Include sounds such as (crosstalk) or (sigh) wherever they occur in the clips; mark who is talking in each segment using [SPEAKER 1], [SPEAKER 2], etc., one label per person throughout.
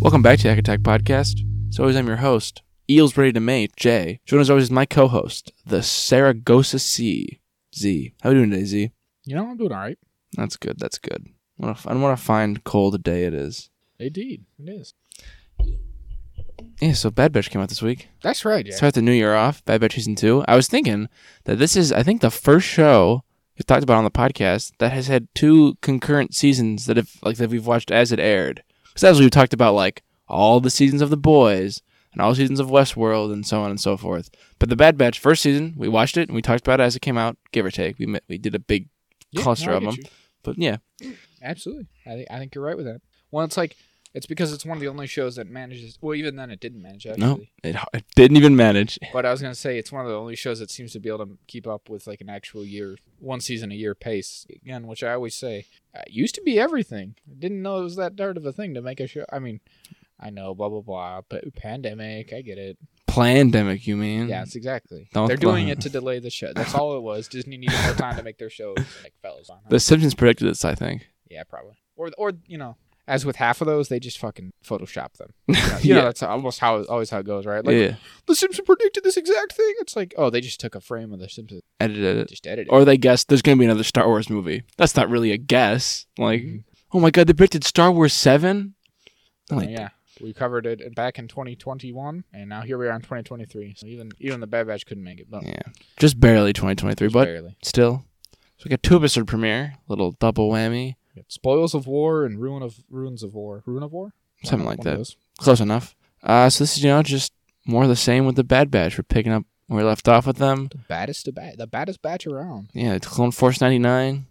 [SPEAKER 1] Welcome back to Hack Attack Podcast. As always, I'm your host, Eels Ready to Mate, Jay. Joined as always is my co host, the Saragossa C. Z. How are you doing today, Z?
[SPEAKER 2] You know, I'm doing all right.
[SPEAKER 1] That's good. That's good. What a, I want to find cold a day it is.
[SPEAKER 2] Indeed, it is.
[SPEAKER 1] Yeah, so Bad Batch came out this week.
[SPEAKER 2] That's right. Yeah.
[SPEAKER 1] Start the new year off, Bad Batch Season 2. I was thinking that this is, I think, the first show we talked about on the podcast that has had two concurrent seasons that have, like, that we've watched as it aired. Because as we've talked about, like, all the seasons of The Boys and all seasons of Westworld and so on and so forth. But the Bad Batch first season, we watched it and we talked about it as it came out, give or take. We met, we did a big
[SPEAKER 2] Yeah,
[SPEAKER 1] cluster
[SPEAKER 2] no, I
[SPEAKER 1] of
[SPEAKER 2] get
[SPEAKER 1] them.
[SPEAKER 2] you.
[SPEAKER 1] But yeah,
[SPEAKER 2] Absolutely. I think I think you're right with that. Well, it's like it's because it's one of the only shows that manages. Well, even then, it didn't manage actually.
[SPEAKER 1] no, it, it didn't even manage.
[SPEAKER 2] But I was gonna say it's one of the only shows that seems to be able to keep up with like an actual year, one season a year pace again, which I always say uh, used to be everything. I didn't know it was that hard of a thing to make a show. I mean, I know blah blah blah, but pandemic, I get it.
[SPEAKER 1] Pandemic, you mean?
[SPEAKER 2] Yes, exactly.
[SPEAKER 1] Mm-hmm. Don't (laughs)
[SPEAKER 2] They're doing
[SPEAKER 1] blame-
[SPEAKER 2] it to delay the show. That's all it was. Disney needed more time to make their shows like fellas on.
[SPEAKER 1] The Simpsons predicted this, I think.
[SPEAKER 2] Yeah, probably. Or or you know, as with half of those, they just fucking Photoshop
[SPEAKER 1] (laughs)
[SPEAKER 2] them. You know, you know,
[SPEAKER 1] Yeah.
[SPEAKER 2] that's almost how always how it goes, right? Like
[SPEAKER 1] yeah,
[SPEAKER 2] the Simpsons predicted this exact thing. It's like, oh, they just took a frame of the Simpsons,
[SPEAKER 1] edited it.
[SPEAKER 2] just edited. it.
[SPEAKER 1] Or they guessed there's going to be another Star Wars movie. That's not really a guess. Like,
[SPEAKER 2] Mhm.
[SPEAKER 1] oh my God, they predicted Star Wars 7?
[SPEAKER 2] So,
[SPEAKER 1] Like,
[SPEAKER 2] yeah, we covered it in- back in 2021, and now here we are in 2023. So even even the Bad Batch couldn't make it, but
[SPEAKER 1] yeah. Just barely 2023,
[SPEAKER 2] just
[SPEAKER 1] but
[SPEAKER 2] barely.
[SPEAKER 1] still. So we got two episode premiere, little double whammy,
[SPEAKER 2] Yeah. Spoils of War and Ruin of Ruins of War, Ruin of War,
[SPEAKER 1] something like
[SPEAKER 2] One of
[SPEAKER 1] that.
[SPEAKER 2] those.
[SPEAKER 1] Close enough. Uh, so this is, you know, just more of the same with the Bad Batch. We're picking up where we left off with them.
[SPEAKER 2] The baddest of bad, the baddest batch around.
[SPEAKER 1] Yeah, it's Clone Force 99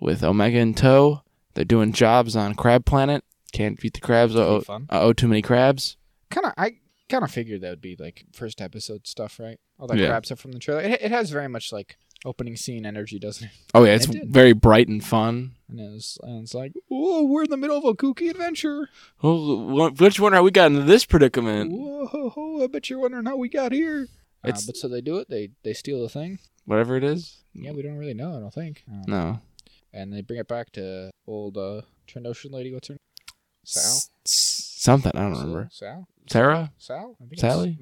[SPEAKER 1] with Omega in tow. They're doing jobs on Crab Planet. Can't beat the crabs.
[SPEAKER 2] Pretty
[SPEAKER 1] Uh
[SPEAKER 2] fun.
[SPEAKER 1] oh, too many crabs.
[SPEAKER 2] kind of I kind of figured that would be like first episode stuff, right? All that
[SPEAKER 1] Yeah.
[SPEAKER 2] crap stuff from the trailer. It, it has very much like opening scene energy, doesn't it? (laughs)
[SPEAKER 1] Oh, yeah, it's
[SPEAKER 2] It did.
[SPEAKER 1] very bright and fun.
[SPEAKER 2] And it's, and it's like, whoa, we're in the middle of a kooky adventure.
[SPEAKER 1] Oh, don't you wonder how we got into this predicament?
[SPEAKER 2] Whoa, ho, ho, I bet you're wondering how we got here. Uh,
[SPEAKER 1] It's-
[SPEAKER 2] but so they do it. They they steal the thing.
[SPEAKER 1] Whatever it is.
[SPEAKER 2] Yeah, we don't really know. I don't think. Um,
[SPEAKER 1] No.
[SPEAKER 2] And they bring it back to old uh, Trandoshan lady. What's her name? Sal.
[SPEAKER 1] S- s- something I don't remember.
[SPEAKER 2] Sal.
[SPEAKER 1] Sarah,
[SPEAKER 2] Sal. I think it's- (laughs)
[SPEAKER 1] Sally,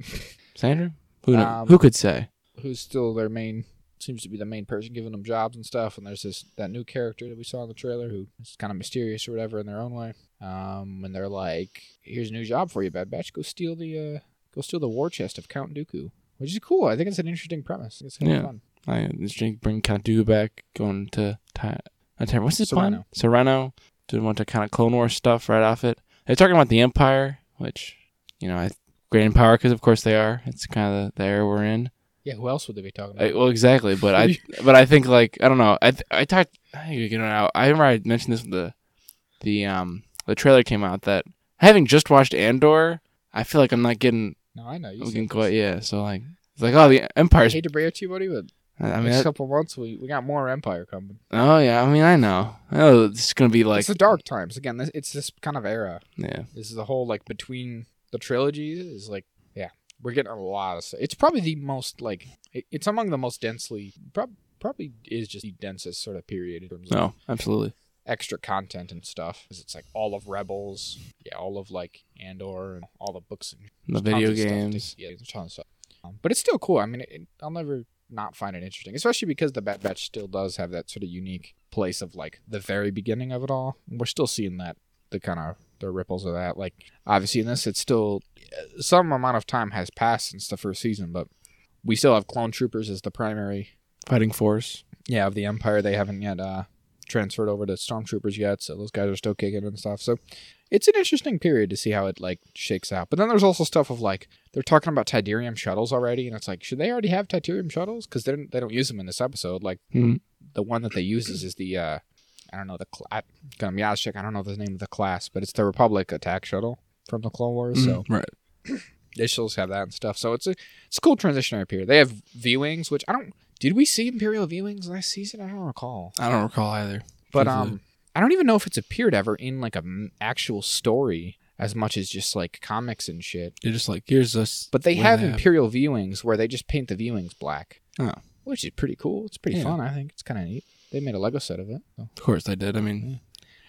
[SPEAKER 1] Sandra. Who kno-
[SPEAKER 2] Um,
[SPEAKER 1] Who could say?
[SPEAKER 2] who's still their main seems to be the main person giving them jobs and stuff and there's this that new character that we saw in the trailer who is kind of mysterious or whatever in their own way um and they're like here's a new job for you bad batch go steal the uh go steal the war chest of count dooku which is cool i think it's an interesting premise I think it's kind
[SPEAKER 1] Yeah.
[SPEAKER 2] of fun
[SPEAKER 1] I this drink bring Count Dooku back, going to Ty- not Ty- what's his plan?
[SPEAKER 2] Serrano.
[SPEAKER 1] Serrano. Didn't want to kind of Clone Wars stuff right off it. They're talking about the Empire, which you know, I great in power because of course they are. It's kind of the, the era we're in.
[SPEAKER 2] yeah who else would they be talking
[SPEAKER 1] I,
[SPEAKER 2] about
[SPEAKER 1] well, exactly, but (laughs) I, but I think like I don't know. I, th- I talked. I think we can get it out. I remember I mentioned this when the, the um the trailer came out that having just watched Andor, I feel like I'm not getting
[SPEAKER 2] no i know you
[SPEAKER 1] looking
[SPEAKER 2] said
[SPEAKER 1] quite
[SPEAKER 2] this.
[SPEAKER 1] yeah. So like it's like oh the
[SPEAKER 2] i
[SPEAKER 1] Empire's.
[SPEAKER 2] hate to bring it to you buddy but
[SPEAKER 1] I I mean,
[SPEAKER 2] next
[SPEAKER 1] that-
[SPEAKER 2] couple months we, we got more empire coming
[SPEAKER 1] oh yeah. I mean, I know. I know this is gonna be like
[SPEAKER 2] it's the dark times again this, it's this kind of era
[SPEAKER 1] yeah.
[SPEAKER 2] This is the whole like between the trilogies is like yeah, we're getting a lot of. Stuff. It's probably the most like it, it's among the most densely prob- probably is just the densest sort of period in terms of
[SPEAKER 1] No, absolutely.
[SPEAKER 2] extra content and stuff. 'Cause it's like all of Rebels, yeah, all of like Andor and all the books and
[SPEAKER 1] The
[SPEAKER 2] tons
[SPEAKER 1] video
[SPEAKER 2] of stuff to-
[SPEAKER 1] games.
[SPEAKER 2] yeah, there's a ton of stuff. Um, but it's still cool. I mean, it, I'll never not find it interesting, especially because the Bad Batch still does have that sort of unique place of like the very beginning of it all. We're still seeing that the kind of the ripples of that. Like obviously in this, it's still uh, some amount of time has passed since the first season, but we still have clone troopers as the primary
[SPEAKER 1] Fighting Force.
[SPEAKER 2] yeah, of the Empire. They haven't yet uh, transferred over to Stormtroopers yet, so those guys are still kicking and stuff. So it's an interesting period to see how it like shakes out. But then there's also stuff of like they're talking about Tiderium shuttles already, and it's like should they already have Tiderium shuttles? Because they they don't use them in this episode. Like
[SPEAKER 1] Hmm.
[SPEAKER 2] the one that they uses is the uh, I don't know the cl- I, gonna be honest, Chick, I don't know the name of the class, but it's the Republic attack shuttle from the Clone Wars. So
[SPEAKER 1] Mm, right.
[SPEAKER 2] they still have that and stuff. So it's a it's a cool transitionary period. They have viewings, which I don't. Did we see Imperial viewings last season? I don't recall.
[SPEAKER 1] I don't recall either.
[SPEAKER 2] But
[SPEAKER 1] Truthfully.
[SPEAKER 2] um, I don't even know if it's appeared ever in like an actual story as much as just like comics and shit.
[SPEAKER 1] They're just like here's us.
[SPEAKER 2] But they
[SPEAKER 1] What do
[SPEAKER 2] have
[SPEAKER 1] they have?
[SPEAKER 2] Imperial viewings where they just paint the viewings black.
[SPEAKER 1] Oh.
[SPEAKER 2] Which is pretty cool. It's pretty
[SPEAKER 1] Yeah.
[SPEAKER 2] fun. I think it's kind of neat. They made a Lego set of it. So.
[SPEAKER 1] Of course, I did. I mean,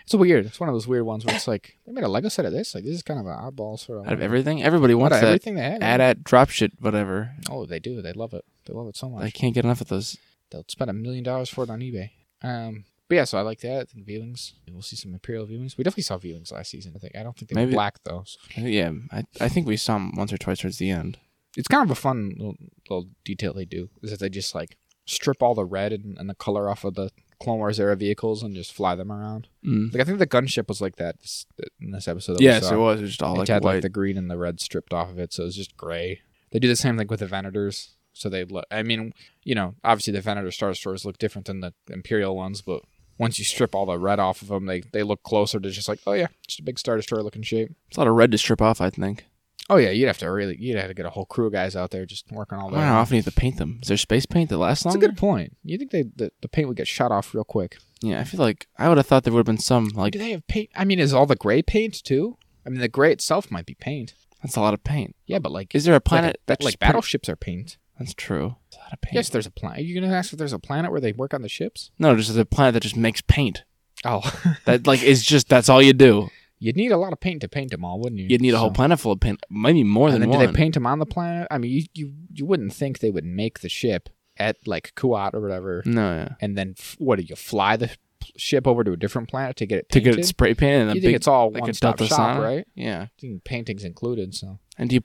[SPEAKER 2] It's It's weird. It's one of those weird ones where it's like they made a Lego set of this. Like this is kind of an oddball sort of.
[SPEAKER 1] Out of everything, everybody wants
[SPEAKER 2] Out of
[SPEAKER 1] that.
[SPEAKER 2] everything they have.
[SPEAKER 1] Add at drop shit, whatever.
[SPEAKER 2] oh, they do. They love it. They love it so much.
[SPEAKER 1] I can't get enough of those.
[SPEAKER 2] They'll spend a million dollars for it on eBay. Um, but yeah, so I like that. I think viewings. We'll see some Imperial viewings. We definitely saw viewings last season. I think. I don't think they were
[SPEAKER 1] Maybe-
[SPEAKER 2] black though. so-
[SPEAKER 1] Yeah, I, I think we saw them once or twice towards the end.
[SPEAKER 2] It's kind of a fun little, little detail they do is that they just like strip all the red and, and the color off of the Clone Wars era vehicles and just fly them around.
[SPEAKER 1] Mm.
[SPEAKER 2] Like I think the gunship was like that this- in this episode. That we
[SPEAKER 1] Yes,
[SPEAKER 2] saw.
[SPEAKER 1] it was. It was just all
[SPEAKER 2] it
[SPEAKER 1] like
[SPEAKER 2] had
[SPEAKER 1] white.
[SPEAKER 2] like the green and the red stripped off of it, so it was just gray. They do the same thing with the Venators. So they look. I mean, you know, obviously the Venator Star Destroyers look different than the Imperial ones, but once you strip all the red off of them, they they look closer to just like, oh yeah, just a big Star Destroyer looking shape.
[SPEAKER 1] It's a lot of red to strip off. I think.
[SPEAKER 2] Oh yeah, you'd have to really, you'd have to get a whole crew of guys out there just working all
[SPEAKER 1] I
[SPEAKER 2] that.
[SPEAKER 1] don't know how often you have to paint them. Is there space paint that lasts
[SPEAKER 2] Oh, That's a
[SPEAKER 1] longer?
[SPEAKER 2] good point. You think they the, the paint would get shot off real quick?
[SPEAKER 1] Yeah, I feel like I would have thought there would have been some. Like
[SPEAKER 2] do they have paint? I mean, is all the gray paint too? I mean, the gray itself might be paint.
[SPEAKER 1] that's a lot of paint.
[SPEAKER 2] Yeah, but like,
[SPEAKER 1] Is there a planet
[SPEAKER 2] like,
[SPEAKER 1] that's
[SPEAKER 2] like
[SPEAKER 1] just pretty-
[SPEAKER 2] battleships are paint.
[SPEAKER 1] That's true. It's a lot of paint.
[SPEAKER 2] Yes, there's a planet. Are you gonna ask if there's a planet where they work on the ships?
[SPEAKER 1] No, just a planet that just makes paint.
[SPEAKER 2] Oh,
[SPEAKER 1] That like is just that's all you do.
[SPEAKER 2] (laughs) you'd need a lot of paint to paint them all, wouldn't you?
[SPEAKER 1] You'd need a whole
[SPEAKER 2] So-
[SPEAKER 1] planet full of paint, maybe more
[SPEAKER 2] And
[SPEAKER 1] than
[SPEAKER 2] then
[SPEAKER 1] one.
[SPEAKER 2] do they paint them on the planet? I mean, you, you you wouldn't think they would make the ship at like Kuat or whatever,
[SPEAKER 1] no, yeah.
[SPEAKER 2] and then f- what do you fly the p- ship over to a different planet to get it
[SPEAKER 1] to
[SPEAKER 2] painted?
[SPEAKER 1] get it spray painted and a
[SPEAKER 2] you
[SPEAKER 1] big
[SPEAKER 2] think it's all
[SPEAKER 1] like a
[SPEAKER 2] one stop
[SPEAKER 1] Delta
[SPEAKER 2] shop,
[SPEAKER 1] Sonic?
[SPEAKER 2] right?
[SPEAKER 1] yeah.
[SPEAKER 2] I think paintings included, so
[SPEAKER 1] And do you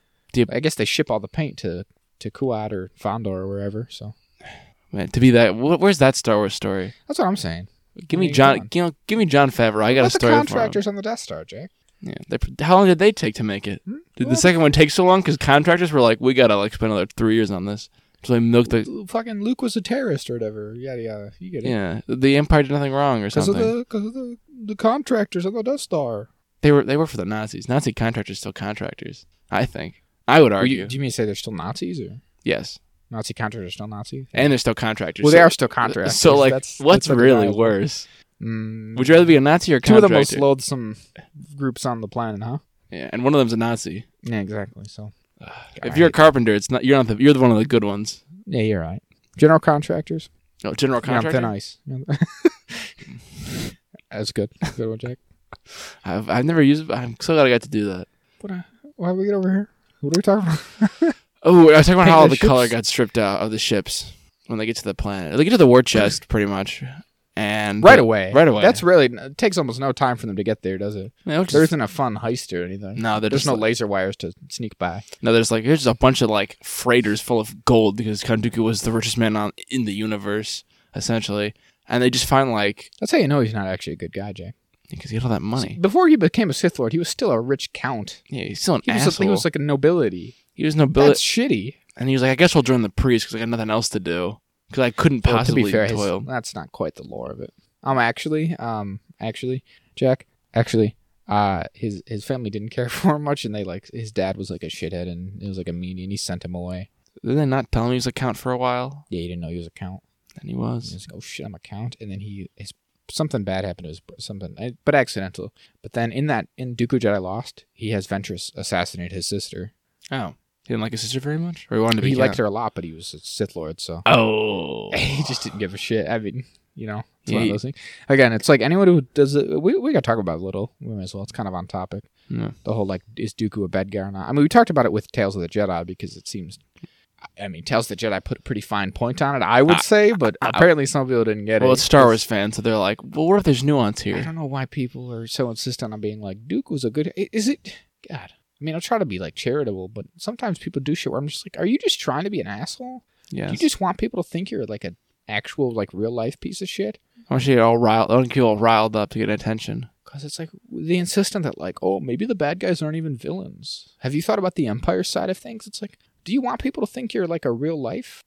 [SPEAKER 2] I guess they ship all the paint to to Kuat or Fandor or wherever. So
[SPEAKER 1] man, to be that? Wh- where's that Star Wars story?
[SPEAKER 2] that's what I'm saying.
[SPEAKER 1] Give
[SPEAKER 2] There
[SPEAKER 1] me
[SPEAKER 2] you
[SPEAKER 1] John.
[SPEAKER 2] go.
[SPEAKER 1] You know, give me John Favreau. I got
[SPEAKER 2] Let
[SPEAKER 1] a story
[SPEAKER 2] the
[SPEAKER 1] for him.
[SPEAKER 2] contractors on the Death Star, Jack.
[SPEAKER 1] Yeah. They, pr- how long did they take to make it?
[SPEAKER 2] Hmm?
[SPEAKER 1] Did
[SPEAKER 2] Well,
[SPEAKER 1] the second one take so long? Because contractors were like, we gotta like spend another three years on this. So they milked the
[SPEAKER 2] Lu- fucking Luke was a terrorist or whatever. Yada yada. You get it.
[SPEAKER 1] yeah. The Empire did nothing wrong or
[SPEAKER 2] Because
[SPEAKER 1] something.
[SPEAKER 2] of the because of the, the contractors on the Death Star.
[SPEAKER 1] they were they were for the Nazis. Nazi contractors still contractors. I think. I would argue.
[SPEAKER 2] do you mean to say they're still Nazis or
[SPEAKER 1] yes.
[SPEAKER 2] Nazi contractors are still Nazis?
[SPEAKER 1] And they're still contractors.
[SPEAKER 2] well,
[SPEAKER 1] so-
[SPEAKER 2] they are still contractors.
[SPEAKER 1] So like,
[SPEAKER 2] That's-
[SPEAKER 1] what's
[SPEAKER 2] that's
[SPEAKER 1] really
[SPEAKER 2] undeniable.
[SPEAKER 1] worse?
[SPEAKER 2] Mm,
[SPEAKER 1] Would you rather be a Nazi or a
[SPEAKER 2] two of the most
[SPEAKER 1] contractor?
[SPEAKER 2] loathsome groups on the planet, huh?
[SPEAKER 1] yeah, and one of them's a Nazi.
[SPEAKER 2] Yeah, exactly. So
[SPEAKER 1] If you're a carpenter, it's not you're not the, you're the one of the good ones.
[SPEAKER 2] yeah, you're right. General contractors.
[SPEAKER 1] No, general
[SPEAKER 2] You're on thin
[SPEAKER 1] contractor.
[SPEAKER 2] ice. (laughs) That's good. Good one, Jack.
[SPEAKER 1] I've, I've never used. I'm so glad I got to do that.
[SPEAKER 2] What? uh, Why did we get over here? What are we talking about?
[SPEAKER 1] Oh, I was talking about
[SPEAKER 2] Paint
[SPEAKER 1] how all
[SPEAKER 2] the
[SPEAKER 1] the color
[SPEAKER 2] ships?
[SPEAKER 1] got stripped out of the ships when they get to the planet. They get to the war chest pretty much, and
[SPEAKER 2] Right
[SPEAKER 1] the-
[SPEAKER 2] away.
[SPEAKER 1] Right away.
[SPEAKER 2] That's really it takes almost no time for them to get there, does it?
[SPEAKER 1] You know,
[SPEAKER 2] There
[SPEAKER 1] just,
[SPEAKER 2] isn't a fun heist or anything.
[SPEAKER 1] no, they're
[SPEAKER 2] There's
[SPEAKER 1] just
[SPEAKER 2] no
[SPEAKER 1] like,
[SPEAKER 2] laser wires to sneak by.
[SPEAKER 1] no. There's like here's just a bunch of like freighters full of gold because Count Dooku was the richest man on in the universe essentially, and they just find like
[SPEAKER 2] That's how you know he's not actually a good guy, Jack.
[SPEAKER 1] because he had all that money.
[SPEAKER 2] Before he became a Sith Lord, he was still a rich count.
[SPEAKER 1] Yeah, he's still an
[SPEAKER 2] He was, a,
[SPEAKER 1] asshole.
[SPEAKER 2] he was like a nobility.
[SPEAKER 1] nobility,
[SPEAKER 2] That's shitty.
[SPEAKER 1] and he was like, I guess we'll join the priests because I got nothing else to do because I couldn't
[SPEAKER 2] Well,
[SPEAKER 1] possibly
[SPEAKER 2] his-
[SPEAKER 1] toil.
[SPEAKER 2] that's not quite the lore of it. Um, actually, um, actually, Jack, actually, uh, his his family didn't care (laughs) for him much, and they like his dad was like a shithead, and it was like a meanie, and he sent him away.
[SPEAKER 1] Did they not tell him he was a count for a while?
[SPEAKER 2] Yeah, he didn't know he was a count.
[SPEAKER 1] And he
[SPEAKER 2] And he
[SPEAKER 1] was.
[SPEAKER 2] was like, oh shit, I'm a count, and then he his something bad happened to his br- something, eh, but accidental. But then in that in Dooku Jedi Lost, he has Ventress assassinate his sister.
[SPEAKER 1] Oh, he didn't like his sister very much, or he wanted to be.
[SPEAKER 2] He
[SPEAKER 1] count?
[SPEAKER 2] liked her a lot, but he was a Sith Lord, so (laughs)
[SPEAKER 1] Oh,
[SPEAKER 2] he just didn't give a shit. I mean, you know, it's one
[SPEAKER 1] Yeah,
[SPEAKER 2] of those things. Again, it's like anyone who does it. We, we got to talk about it a little. We might as well. It's kind of on topic.
[SPEAKER 1] Yeah.
[SPEAKER 2] The whole like, is Dooku a bad guy or not? I mean, we talked about it with Tales of the Jedi because it seems. I- I mean, Tales of the Jedi put a pretty fine point on it, I would
[SPEAKER 1] I-
[SPEAKER 2] say, but
[SPEAKER 1] I-
[SPEAKER 2] apparently some people didn't get it. Uh-huh.
[SPEAKER 1] Well, it's Star Wars fans, so they're like, well, what if there's nuance
[SPEAKER 2] I
[SPEAKER 1] here?
[SPEAKER 2] don't know why people are so insistent on being like Duke was a good. i- Is it? God, I mean, I'll try to be like charitable, but sometimes people do shit where I'm just like, are you just trying to be an asshole? Do
[SPEAKER 1] Yes.
[SPEAKER 2] you just want people to think you're like an actual like real life piece of shit?
[SPEAKER 1] I want you to get all riled. I want you all riled up to get attention.
[SPEAKER 2] Because it's like they insist on that, like, oh, maybe the bad guys aren't even villains. Have you thought about the Empire side of things? It's like, do you want people to think you're like a real life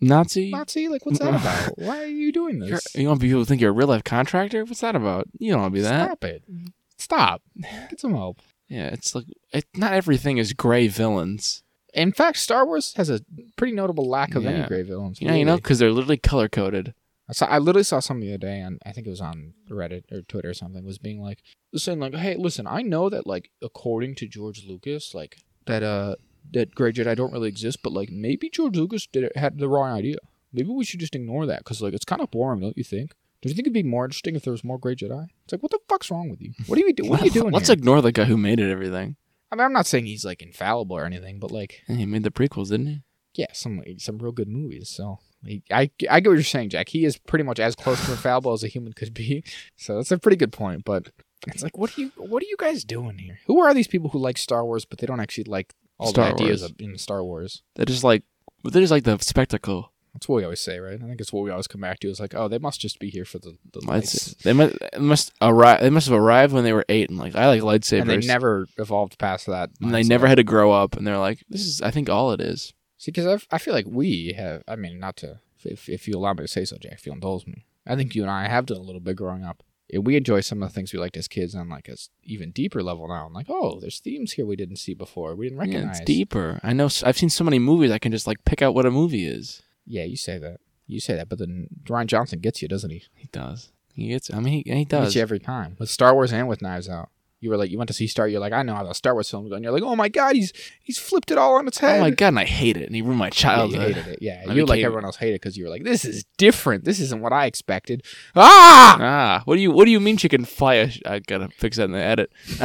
[SPEAKER 1] Nazi.
[SPEAKER 2] Nazi? Like,
[SPEAKER 1] (laughs)
[SPEAKER 2] what's that about? Why are you doing
[SPEAKER 1] You're-
[SPEAKER 2] this?
[SPEAKER 1] You want people to think you're a real life contractor? What's that about? You don't want to be that.
[SPEAKER 2] Stop it.
[SPEAKER 1] (laughs)
[SPEAKER 2] Stop. Get some help.
[SPEAKER 1] Yeah, it's like it, not everything is gray villains.
[SPEAKER 2] In fact, Star Wars has a pretty notable lack of any
[SPEAKER 1] Yeah.
[SPEAKER 2] gray villains.
[SPEAKER 1] Yeah, you know,
[SPEAKER 2] really.
[SPEAKER 1] because they're literally color coded.
[SPEAKER 2] I saw. I literally saw something the other day on. I think it was on Reddit or Twitter or something. Was being like, saying like, hey, listen, I know that like according to George Lucas, like that uh that Grey Jedi don't really exist, but like maybe George Lucas did it, had the wrong idea. Maybe we should just ignore that because like it's kind of boring, don't you think? Don't you think it'd be more interesting if there was more Great Jedi? It's like, what the fuck's wrong with you? What are
[SPEAKER 1] (laughs)
[SPEAKER 2] you doing? What are you doing?
[SPEAKER 1] Let's
[SPEAKER 2] here?
[SPEAKER 1] ignore the guy who made it everything.
[SPEAKER 2] I mean, I'm not saying he's like infallible or anything, but like,
[SPEAKER 1] He made the prequels, didn't he?
[SPEAKER 2] yeah, some some real good movies. So he, I I get what you're saying, Jack. He is pretty much as close to infallible as a human could be. (laughs) So that's a pretty good point. But it's like, what are you what are you guys doing here? Who are these people who like Star Wars but they don't actually like all
[SPEAKER 1] Star
[SPEAKER 2] the ideas
[SPEAKER 1] Wars.
[SPEAKER 2] of, in Star Wars?
[SPEAKER 1] They're just like they're just like the spectacle.
[SPEAKER 2] That's what we always say, right? I think it's what we always come back to. Is like, oh, they must just be here for the the
[SPEAKER 1] Lights.
[SPEAKER 2] lights.
[SPEAKER 1] They must they must arrive. They must have arrived when they were eight and like I like lightsabers.
[SPEAKER 2] And they never evolved past that.
[SPEAKER 1] And they
[SPEAKER 2] mindset.
[SPEAKER 1] never had to grow up. And they're like, this is I think all it is.
[SPEAKER 2] See, because I feel like we have. I mean, not to if, if you allow me to say so, Jack. If you indulge me, I think you and I have done a little bit growing up. And we enjoy some of the things we liked as kids on like a s- even deeper level now. I'm like, oh, there's themes here we didn't see before. We didn't recognize.
[SPEAKER 1] Yeah, it's deeper. I know. s- I've seen so many movies. I can just like pick out what a movie is.
[SPEAKER 2] Yeah, you say that. You say that, but then Ryan Johnson gets you, doesn't he?
[SPEAKER 1] He does. He gets. I mean, he, he
[SPEAKER 2] He
[SPEAKER 1] does.
[SPEAKER 2] gets you every time with Star Wars and with Knives Out. You were like, you went to see Star. You're like, I know how the Star Wars films go. And you're like, oh my god, he's he's flipped it all on its head.
[SPEAKER 1] oh my god, and I hate it. And he ruined my
[SPEAKER 2] Yeah,
[SPEAKER 1] childhood.
[SPEAKER 2] you hated it. Yeah,
[SPEAKER 1] I
[SPEAKER 2] you like
[SPEAKER 1] became-
[SPEAKER 2] everyone else hated because you were like, this is different. This isn't what I expected. Ah.
[SPEAKER 1] (laughs) Ah, what do you what do you mean she can fly? A sh- I gotta fix that in the edit. (laughs)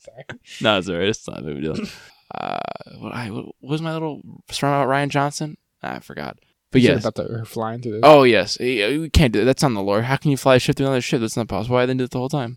[SPEAKER 2] Sorry.
[SPEAKER 1] no, it's alright. It's not a big deal.
[SPEAKER 2] (laughs)
[SPEAKER 1] Uh, what, I, what was my little story about Ryan Johnson? Ah, I forgot. (laughs) But
[SPEAKER 2] You said
[SPEAKER 1] yes.
[SPEAKER 2] about the, her flying through. The,
[SPEAKER 1] Oh yes, Eh, we can't do that. That's on the lore. How can you fly a ship through another ship? That's not possible. Why didn't they do it the whole time?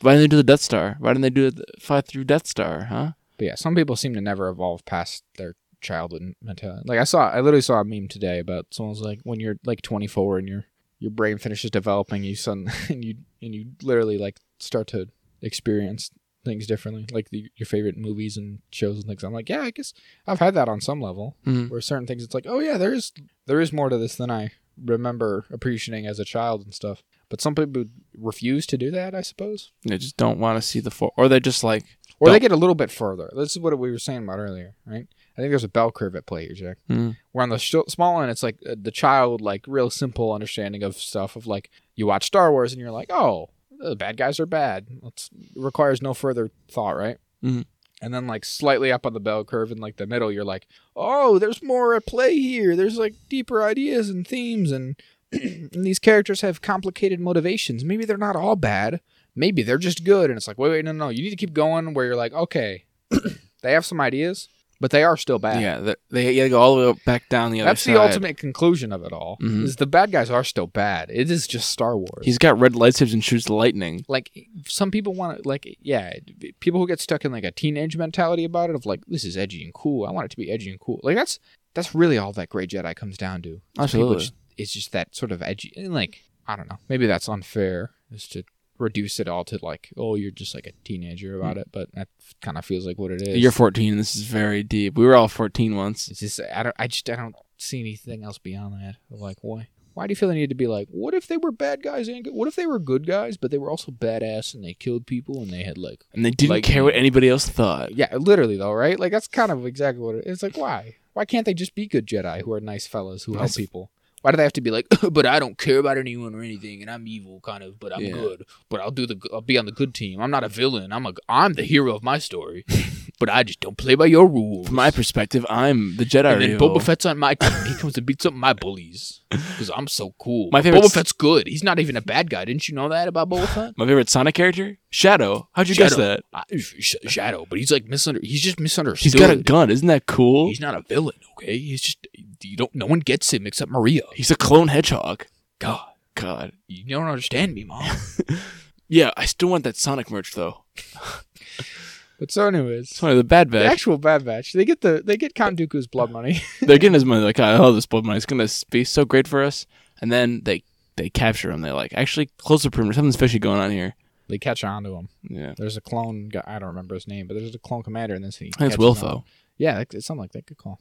[SPEAKER 1] Why didn't they do the Death Star? Why didn't they do it fly through Death Star? Huh?
[SPEAKER 2] But yeah, some people seem to never evolve past their childhood mentality. Like I saw, I literally saw a meme today about someone's like, when you're like 24 and your your brain finishes developing, you suddenly (laughs) and you and you literally like start to experience things differently, like the, your favorite movies and shows and things. I'm like, yeah, I guess I've had that on some level,
[SPEAKER 1] Mhm.
[SPEAKER 2] where certain things it's like, oh yeah, there is there is more to this than I remember appreciating as a child and stuff. But some people refuse to do that, I suppose.
[SPEAKER 1] They just don't want to see the four, or they're just like,
[SPEAKER 2] Or
[SPEAKER 1] Bell-
[SPEAKER 2] they get a little bit further. This is what we were saying about earlier, right? I think there's a bell curve at play here, Jack.
[SPEAKER 1] Mm.
[SPEAKER 2] Where on the sh- small end, it's like uh, the child, like real simple understanding of stuff. Of like you watch Star Wars and you're like, oh, the bad guys are bad. It's, it requires no further thought, right?
[SPEAKER 1] Mhm.
[SPEAKER 2] And then like slightly up on the bell curve in like the middle, you're like, oh, there's more at play here. There's like deeper ideas and themes, and, (clears throat) and these characters have complicated motivations. Maybe they're not all bad maybe they're just good and it's like wait wait no no no. you need to keep going where you're like okay (clears throat) they have some ideas but they are still bad
[SPEAKER 1] yeah, they, they, yeah, they go all the way up- back down the other
[SPEAKER 2] that's
[SPEAKER 1] side.
[SPEAKER 2] the ultimate conclusion of it all
[SPEAKER 1] Mhm.
[SPEAKER 2] is the bad guys are still bad it is just star wars
[SPEAKER 1] He's got red lightsabers and shoots lightning.
[SPEAKER 2] like some people want to like yeah people who get stuck in like a teenage mentality about it of like this is edgy and cool i want it to be edgy and cool like that's that's really all that gray jedi comes down to people
[SPEAKER 1] Absolutely.
[SPEAKER 2] just- it's just that sort of edgy and like i don't know maybe that's unfair is to reduce it all to like oh you're just like a teenager about it but that kind of feels like what it is
[SPEAKER 1] Mm. You're 14. This is very deep. We were all 14 once.
[SPEAKER 2] it's just i don't i just i don't see anything else beyond that of like why why do you feel the need to be like what if they were bad guys and good? what if they were good guys but they were also badass and they killed people and they had like
[SPEAKER 1] And they didn't
[SPEAKER 2] Like-
[SPEAKER 1] care what anybody else thought.
[SPEAKER 2] yeah, literally though, right? Like that's kind of exactly what it is. It's like why? Why can't they just be good Jedi who are nice fellas who help
[SPEAKER 1] Nice.
[SPEAKER 2] people? Why do they have to be like, (laughs) but I don't care about anyone or anything, and I'm evil, kind of, but I'm
[SPEAKER 1] Yeah.
[SPEAKER 2] good, but I'll do the, I'll be on the good team. I'm not a villain. I'm a, I'm the hero of
[SPEAKER 1] (laughs)
[SPEAKER 2] my story, but I just don't play by your rules.
[SPEAKER 1] From my perspective, I'm the Jedi.
[SPEAKER 2] and then
[SPEAKER 1] evil.
[SPEAKER 2] Boba Fett's on my team. He comes and beats up my bullies because I'm so cool.
[SPEAKER 1] My
[SPEAKER 2] My
[SPEAKER 1] favorite
[SPEAKER 2] Boba
[SPEAKER 1] s-
[SPEAKER 2] Fett's good. He's not even a bad guy. Didn't you know that about Boba Fett? (sighs)
[SPEAKER 1] My favorite Sonic character, Shadow. How'd you guess
[SPEAKER 2] Shadow.
[SPEAKER 1] that?
[SPEAKER 2] I, sh- Shadow, but he's like misunder. He's just misunderstood.
[SPEAKER 1] He's got a gun. Isn't that cool?
[SPEAKER 2] He's not a villain, okay? He's just you don't. No one gets him except Maria.
[SPEAKER 1] He's a clone hedgehog.
[SPEAKER 2] God,
[SPEAKER 1] God.
[SPEAKER 2] you don't understand me, mom.
[SPEAKER 1] Yeah, I still want that Sonic merch though.
[SPEAKER 2] (laughs) but so, anyways,
[SPEAKER 1] It's one of the bad
[SPEAKER 2] the
[SPEAKER 1] batch.
[SPEAKER 2] actual Bad Batch, they get the they get Count Dooku's blood money.
[SPEAKER 1] They're getting his money. Like, I love this blood money. It's gonna be so great for us. And then they they capture him. They're like, actually, close the perimeter. Something's fishy going on here.
[SPEAKER 2] they catch on to him.
[SPEAKER 1] Yeah,
[SPEAKER 2] There's a clone guy. I don't remember his name, but there's a clone commander in this. And he
[SPEAKER 1] I think it's
[SPEAKER 2] catches on.
[SPEAKER 1] Wilfo.
[SPEAKER 2] Yeah, that- it's something like that. Good call.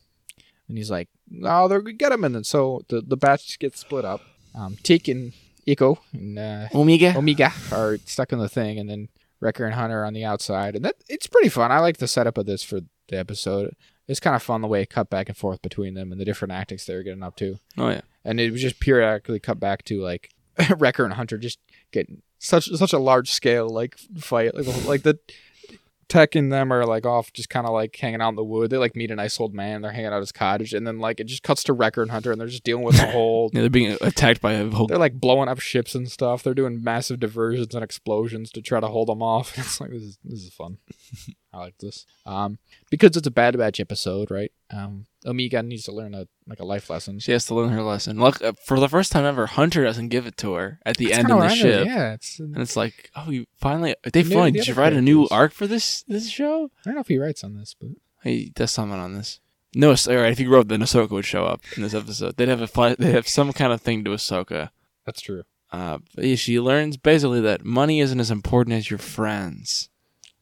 [SPEAKER 2] And he's like, "No, they're gonna get him." And then so the the batch gets split up. Um, Teak and Iko and uh,
[SPEAKER 1] Omega.
[SPEAKER 2] Omega are stuck in the thing, and then Wrecker and Hunter are on the outside, and that it's pretty fun. I like the setup of this for the episode. It's kind of fun the way it cut back and forth between them and the different tactics they were getting up to,
[SPEAKER 1] Oh yeah.
[SPEAKER 2] and it was just periodically cut back to like (laughs) Wrecker and Hunter just getting such such a large scale like fight, like, like the Tech and them are like off, just kind of like hanging out in the wood. They like meet an nice old man. They're hanging out at his cottage, and then like it just cuts to Record Hunter, and they're just dealing with (laughs) a whole.
[SPEAKER 1] Yeah, they're being attacked by a whole.
[SPEAKER 2] They're like blowing up ships and stuff. They're doing massive diversions and explosions to try to hold them off. (laughs) It's like this is this is fun. I like this. Um, because it's a Bad Batch episode, right? Um, Omega needs to learn a like a life lesson.
[SPEAKER 1] She has to learn her lesson. Look, uh, for the first time ever, Hunter doesn't give it to her at the
[SPEAKER 2] That's
[SPEAKER 1] end
[SPEAKER 2] kinda
[SPEAKER 1] of the
[SPEAKER 2] what I
[SPEAKER 1] ship.
[SPEAKER 2] did, Yeah, it's. I
[SPEAKER 1] And it's like, oh, you finally they
[SPEAKER 2] Maybe
[SPEAKER 1] finally
[SPEAKER 2] the
[SPEAKER 1] did you
[SPEAKER 2] other
[SPEAKER 1] write a new
[SPEAKER 2] characters.
[SPEAKER 1] arc for this this show.
[SPEAKER 2] don't know if he writes on this, but
[SPEAKER 1] He does something on this. No, all right. If he wrote, then Ahsoka would show up in this episode. They'd have a fly, they'd have some kind of thing to Ahsoka.
[SPEAKER 2] that's true.
[SPEAKER 1] Uh, but yeah, she learns basically that money isn't as important as your friends.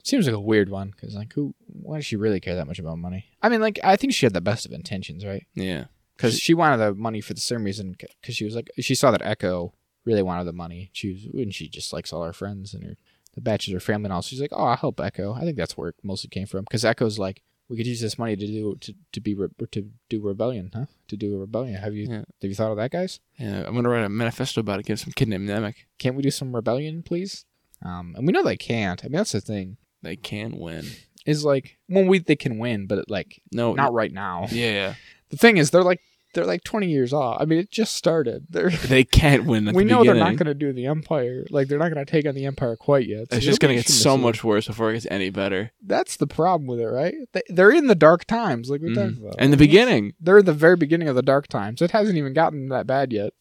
[SPEAKER 2] Seems like a weird one because like who? Why does she really care that much about money? I mean, like I think she had the best of intentions, right?
[SPEAKER 1] Yeah,
[SPEAKER 2] because she wanted the money for the same reason because she was like she saw that echo really wanted the money she was and she just likes all her friends and her the batches her family and all she's like oh i'll help echo i think that's where it mostly came from because echo's like we could use this money to do to, to be re- to do rebellion huh to do a rebellion have you
[SPEAKER 1] Yeah.
[SPEAKER 2] have you thought of that guys
[SPEAKER 1] yeah. I'm gonna write a manifesto about it. Give some kid named Namek.
[SPEAKER 2] can't we do some rebellion please um and we know they can't i mean that's the thing
[SPEAKER 1] They can win.
[SPEAKER 2] is like when we they can win but like
[SPEAKER 1] No,
[SPEAKER 2] not right now
[SPEAKER 1] Oh, Yeah, yeah.
[SPEAKER 2] the thing is they're like they're like 20 years off i mean it just started they're
[SPEAKER 1] They can't win. (laughs) At
[SPEAKER 2] we
[SPEAKER 1] the
[SPEAKER 2] know
[SPEAKER 1] beginning.
[SPEAKER 2] they're not going to do the empire. Like they're not going to take on the empire quite yet. so
[SPEAKER 1] It's just gonna
[SPEAKER 2] nobody
[SPEAKER 1] get
[SPEAKER 2] should
[SPEAKER 1] so
[SPEAKER 2] assume.
[SPEAKER 1] much worse before it gets any better.
[SPEAKER 2] That's the problem with it, right? They- They're in the dark times, like we
[SPEAKER 1] Mhm.
[SPEAKER 2] talked about.
[SPEAKER 1] And the beginning,
[SPEAKER 2] they're at the very beginning of the dark times. It hasn't even gotten that bad yet.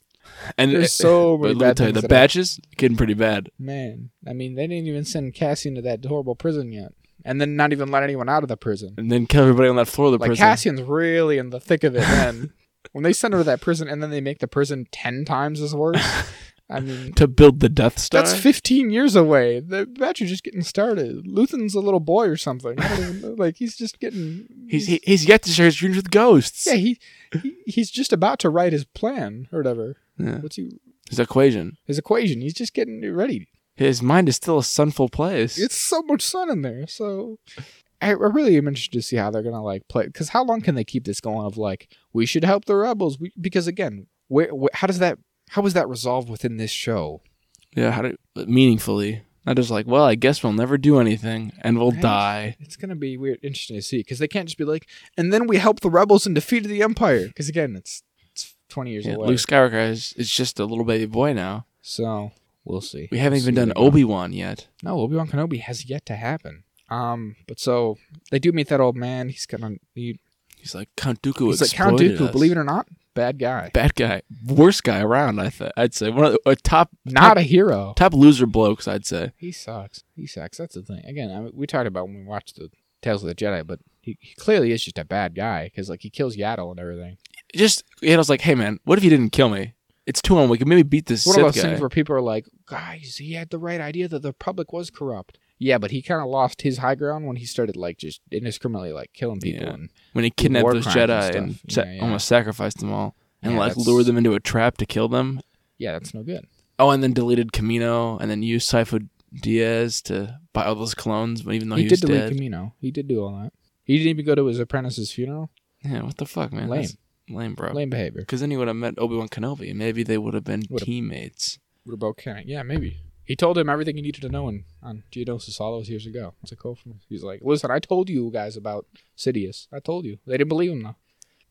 [SPEAKER 1] and
[SPEAKER 2] There's so many
[SPEAKER 1] but let me
[SPEAKER 2] bad
[SPEAKER 1] tell you,
[SPEAKER 2] things.
[SPEAKER 1] the
[SPEAKER 2] that happened.
[SPEAKER 1] batches getting pretty bad.
[SPEAKER 2] man. I mean, they didn't even send Cassian to that horrible prison yet, and then not even let anyone out of the prison.
[SPEAKER 1] and then kill everybody on that floor of the
[SPEAKER 2] Like
[SPEAKER 1] prison.
[SPEAKER 2] Cassian's really in the thick of it
[SPEAKER 1] (laughs)
[SPEAKER 2] then. when they send her to that prison, and then they make the prison ten times
[SPEAKER 1] (laughs)
[SPEAKER 2] as worse. I mean,
[SPEAKER 1] to build the Death Star.
[SPEAKER 2] That's 15 years away. The batch is just getting started. Luthen's a little boy or something. I don't even know. Like he's just getting.
[SPEAKER 1] (laughs) he's he, he's yet to share his dreams with ghosts.
[SPEAKER 2] yeah. He, he he's just about to write his plan or whatever.
[SPEAKER 1] Yeah.
[SPEAKER 2] What's he?
[SPEAKER 1] His equation.
[SPEAKER 2] His equation. He's just getting it ready.
[SPEAKER 1] His mind is still a sinful place.
[SPEAKER 2] It's so much sun in there. So I, I really am interested to see how they're gonna like play. Because how long can they keep this going? Of like we should help the rebels. We, because again, where, where how does that how was that resolved within this show?
[SPEAKER 1] yeah, how do meaningfully? Not just like, well, I guess we'll never do anything and we'll
[SPEAKER 2] Right.
[SPEAKER 1] die.
[SPEAKER 2] It's gonna be weird, interesting to see because they can't just be like, and then we helped the rebels and defeated the empire. Because again, it's it's twenty years
[SPEAKER 1] Yeah,
[SPEAKER 2] away.
[SPEAKER 1] Luke Skywalker is, is just a little baby boy now.
[SPEAKER 2] So we'll see.
[SPEAKER 1] We haven't
[SPEAKER 2] We'll
[SPEAKER 1] even
[SPEAKER 2] see where
[SPEAKER 1] done
[SPEAKER 2] they go.
[SPEAKER 1] Obi Wan yet.
[SPEAKER 2] No, Obi Wan Kenobi has yet to happen. Um, but so they do meet that old man. He's gonna he,
[SPEAKER 1] He's like Count Dooku.
[SPEAKER 2] he's like Count
[SPEAKER 1] exploited
[SPEAKER 2] Dooku.
[SPEAKER 1] us.
[SPEAKER 2] Believe it or not, bad guy,
[SPEAKER 1] bad guy, worst guy around. I th- I'd say one of the, a top
[SPEAKER 2] not a hero.
[SPEAKER 1] top loser blokes. I'd say.
[SPEAKER 2] He sucks. He sucks. That's the thing. Again, I mean, we talked about when we watched the Tales of the Jedi, but he, he clearly is just a bad guy because like he kills Yaddle and everything.
[SPEAKER 1] Just you know, I was like, hey man, what if you didn't kill me? It's two on. We can maybe beat this.
[SPEAKER 2] It's one
[SPEAKER 1] Sith
[SPEAKER 2] of those
[SPEAKER 1] guy.
[SPEAKER 2] things where people are like, guys, he had the right idea that the public was corrupt. Yeah, but he kind of lost his high ground when he started like just indiscriminately like killing people.
[SPEAKER 1] Yeah.
[SPEAKER 2] And
[SPEAKER 1] when he kidnapped
[SPEAKER 2] war
[SPEAKER 1] those
[SPEAKER 2] crimes and
[SPEAKER 1] Jedi and,
[SPEAKER 2] stuff.
[SPEAKER 1] sa-
[SPEAKER 2] Yeah, yeah.
[SPEAKER 1] almost sacrificed them all and
[SPEAKER 2] Yeah,
[SPEAKER 1] like
[SPEAKER 2] that's-
[SPEAKER 1] lured them into a trap to kill them.
[SPEAKER 2] yeah, that's no good.
[SPEAKER 1] Oh, and then deleted Camino and then used Sifo Diaz to buy all those clones, but even though he,
[SPEAKER 2] he
[SPEAKER 1] was
[SPEAKER 2] did delete
[SPEAKER 1] dead.
[SPEAKER 2] Camino. He did do all that. He didn't even go to his apprentice's funeral.
[SPEAKER 1] yeah, what the fuck, man?
[SPEAKER 2] Lame.
[SPEAKER 1] That's lame, bro.
[SPEAKER 2] Lame behavior.
[SPEAKER 1] Because then he would have met Obi Wan Kenobi, and maybe they would have been
[SPEAKER 2] Would've-
[SPEAKER 1] teammates.
[SPEAKER 2] What about Kang? Yeah, maybe. He told him everything he needed to know in, on Geonosis Hollows years ago. It's a quote from him. He's like, listen, I told you guys about Sidious. I told you. They didn't believe him, though.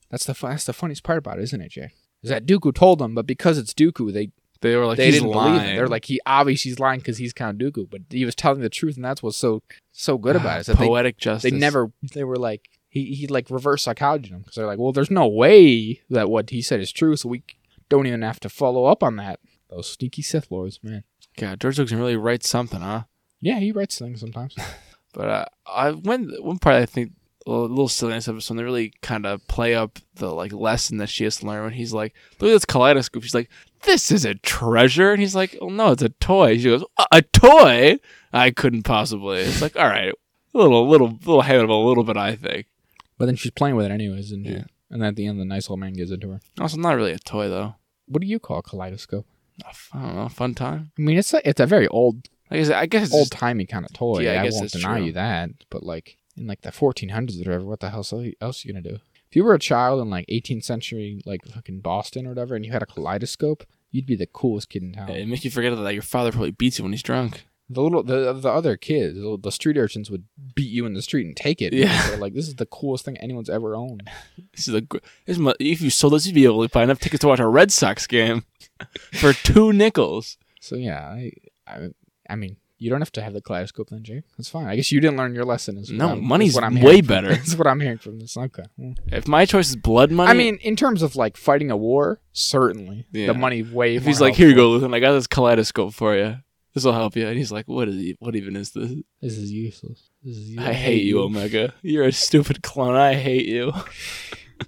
[SPEAKER 2] That's the, fu- that's the funniest part about it, isn't it, Jay? Is that Dooku told them, but because it's Dooku, they
[SPEAKER 1] They were like,
[SPEAKER 2] they didn't believe him. They're like, he obviously he's lying because he's Count Dooku, but he was telling the truth, and that's what's so so good
[SPEAKER 1] Ah,
[SPEAKER 2] about it. Is that
[SPEAKER 1] (sighs)
[SPEAKER 2] they,
[SPEAKER 1] poetic
[SPEAKER 2] they
[SPEAKER 1] justice.
[SPEAKER 2] never they were like he he like reverse psychology him because they're like, well, there's no way that what he said is true, so we don't even have to follow up on that. Those sneaky Sith lords, man.
[SPEAKER 1] God, George Lucas can really write something, huh?
[SPEAKER 2] Yeah, he writes
[SPEAKER 1] (laughs)
[SPEAKER 2] things sometimes.
[SPEAKER 1] But uh, I one one part I think a little silly in this episode, they really kind of play up the like lesson that she has to learn when he's like, "Look at this kaleidoscope." She's like, "This is a treasure," and he's like, "Oh no, it's a toy." She goes, "A, a toy? I couldn't possibly." It's like, all right, a little little little head of a little bit, I think.
[SPEAKER 2] but then she's playing with it anyways, and
[SPEAKER 1] Yeah.
[SPEAKER 2] and at the end, the nice old man gives it to her.
[SPEAKER 1] Also, not really a toy though.
[SPEAKER 2] What do you call a kaleidoscope?
[SPEAKER 1] A f- I don't know, fun time.
[SPEAKER 2] I mean, it's a, it's a very old
[SPEAKER 1] I guess I guess it's
[SPEAKER 2] old
[SPEAKER 1] just-
[SPEAKER 2] timey kind of toy.
[SPEAKER 1] Yeah, I
[SPEAKER 2] I,
[SPEAKER 1] guess
[SPEAKER 2] won't
[SPEAKER 1] that's
[SPEAKER 2] deny
[SPEAKER 1] true.
[SPEAKER 2] you that. But like in like the 1400s or whatever, what the hell else are you gonna do? If you were a child in like 18th century like fucking Boston or whatever, and you had a kaleidoscope, you'd be the coolest kid in town.
[SPEAKER 1] it makes you forget that your father probably beats you when he's drunk.
[SPEAKER 2] The little the the other kids, the, the street urchins would beat you in the street and take it.
[SPEAKER 1] Yeah.
[SPEAKER 2] They're like this is the coolest thing anyone's ever owned.
[SPEAKER 1] This is a gr- this mu- if you sold this, you'd be able to buy enough tickets to watch a Red Sox game (laughs) for two nickels.
[SPEAKER 2] So yeah, I I, I mean you don't have to have the kaleidoscope then, Jake. That's fine. I guess you didn't learn your lesson. Is what
[SPEAKER 1] No,
[SPEAKER 2] I'm- is
[SPEAKER 1] money's
[SPEAKER 2] what I'm
[SPEAKER 1] way
[SPEAKER 2] hearing from-
[SPEAKER 1] better.
[SPEAKER 2] (laughs) That's what I'm hearing from this. Okay. Well,
[SPEAKER 1] If my choice is blood money,
[SPEAKER 2] I mean, in terms of like fighting a war, certainly
[SPEAKER 1] Yeah.
[SPEAKER 2] the money way.
[SPEAKER 1] if
[SPEAKER 2] more
[SPEAKER 1] he's like, "Here you
[SPEAKER 2] helpful.
[SPEAKER 1] go, Luthen, I got this kaleidoscope for you. This will help you," and he's like, "What is he, what even is this?
[SPEAKER 2] this is useless. This is
[SPEAKER 1] I hate you, Omega. You're a stupid clone. I hate you." (laughs)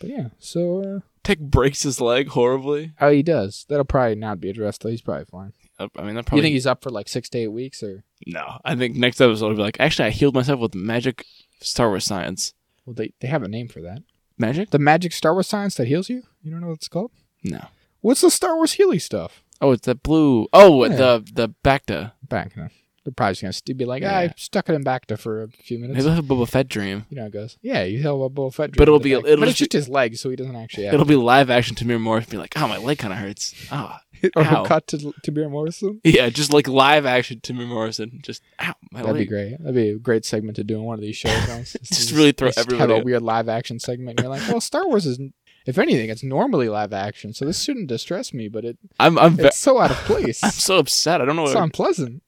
[SPEAKER 2] But yeah, so uh,
[SPEAKER 1] Tech breaks his leg horribly.
[SPEAKER 2] Oh, he does. That'll probably not be addressed though. He's probably fine.
[SPEAKER 1] I I mean, that probably
[SPEAKER 2] You think he's up for like six to eight weeks or
[SPEAKER 1] no. I think next episode will be like, actually, I healed myself with magic, Star Wars science.
[SPEAKER 2] well they, they have a name for that.
[SPEAKER 1] Magic?
[SPEAKER 2] The magic Star Wars science that heals you? You don't know what it's called?
[SPEAKER 1] No.
[SPEAKER 2] What's the Star Wars Healy stuff?
[SPEAKER 1] Oh, it's that blue. Oh,
[SPEAKER 2] Yeah.
[SPEAKER 1] the the Bacta.
[SPEAKER 2] Back then. They're probably just gonna st- be like, "Ah,
[SPEAKER 1] Yeah.
[SPEAKER 2] I stuck it in back to for a few minutes.
[SPEAKER 1] Maybe I'll have a Boba Fett dream.
[SPEAKER 2] you know how it goes. Yeah, you heal a Boba Fett.
[SPEAKER 1] But it'll be-
[SPEAKER 2] Like,
[SPEAKER 1] it'll
[SPEAKER 2] but it's
[SPEAKER 1] just be-
[SPEAKER 2] just his legs, so he doesn't actually have
[SPEAKER 1] It'll be live action to Mir Morris. Be like, oh, my leg kind of hurts. Ah,
[SPEAKER 2] (laughs) or
[SPEAKER 1] ow.
[SPEAKER 2] cut to to Beer Morrison.
[SPEAKER 1] yeah, just like live action to Mir Morrison. Just ow, my
[SPEAKER 2] That'd be
[SPEAKER 1] leg.
[SPEAKER 2] great. That'd be a great segment to do in one of these shows.
[SPEAKER 1] (laughs)
[SPEAKER 2] guys.
[SPEAKER 1] Just really throw everybody
[SPEAKER 2] Have a
[SPEAKER 1] up.
[SPEAKER 2] weird live action segment. And you're like, well, Star Wars is, if anything, it's normally live action, so this shouldn't distress me, but it
[SPEAKER 1] I'm I'm, ve-
[SPEAKER 2] it's so out of
[SPEAKER 1] (laughs)
[SPEAKER 2] place.
[SPEAKER 1] I'm
[SPEAKER 2] it's
[SPEAKER 1] so upset. I don't know what,
[SPEAKER 2] unpleasant.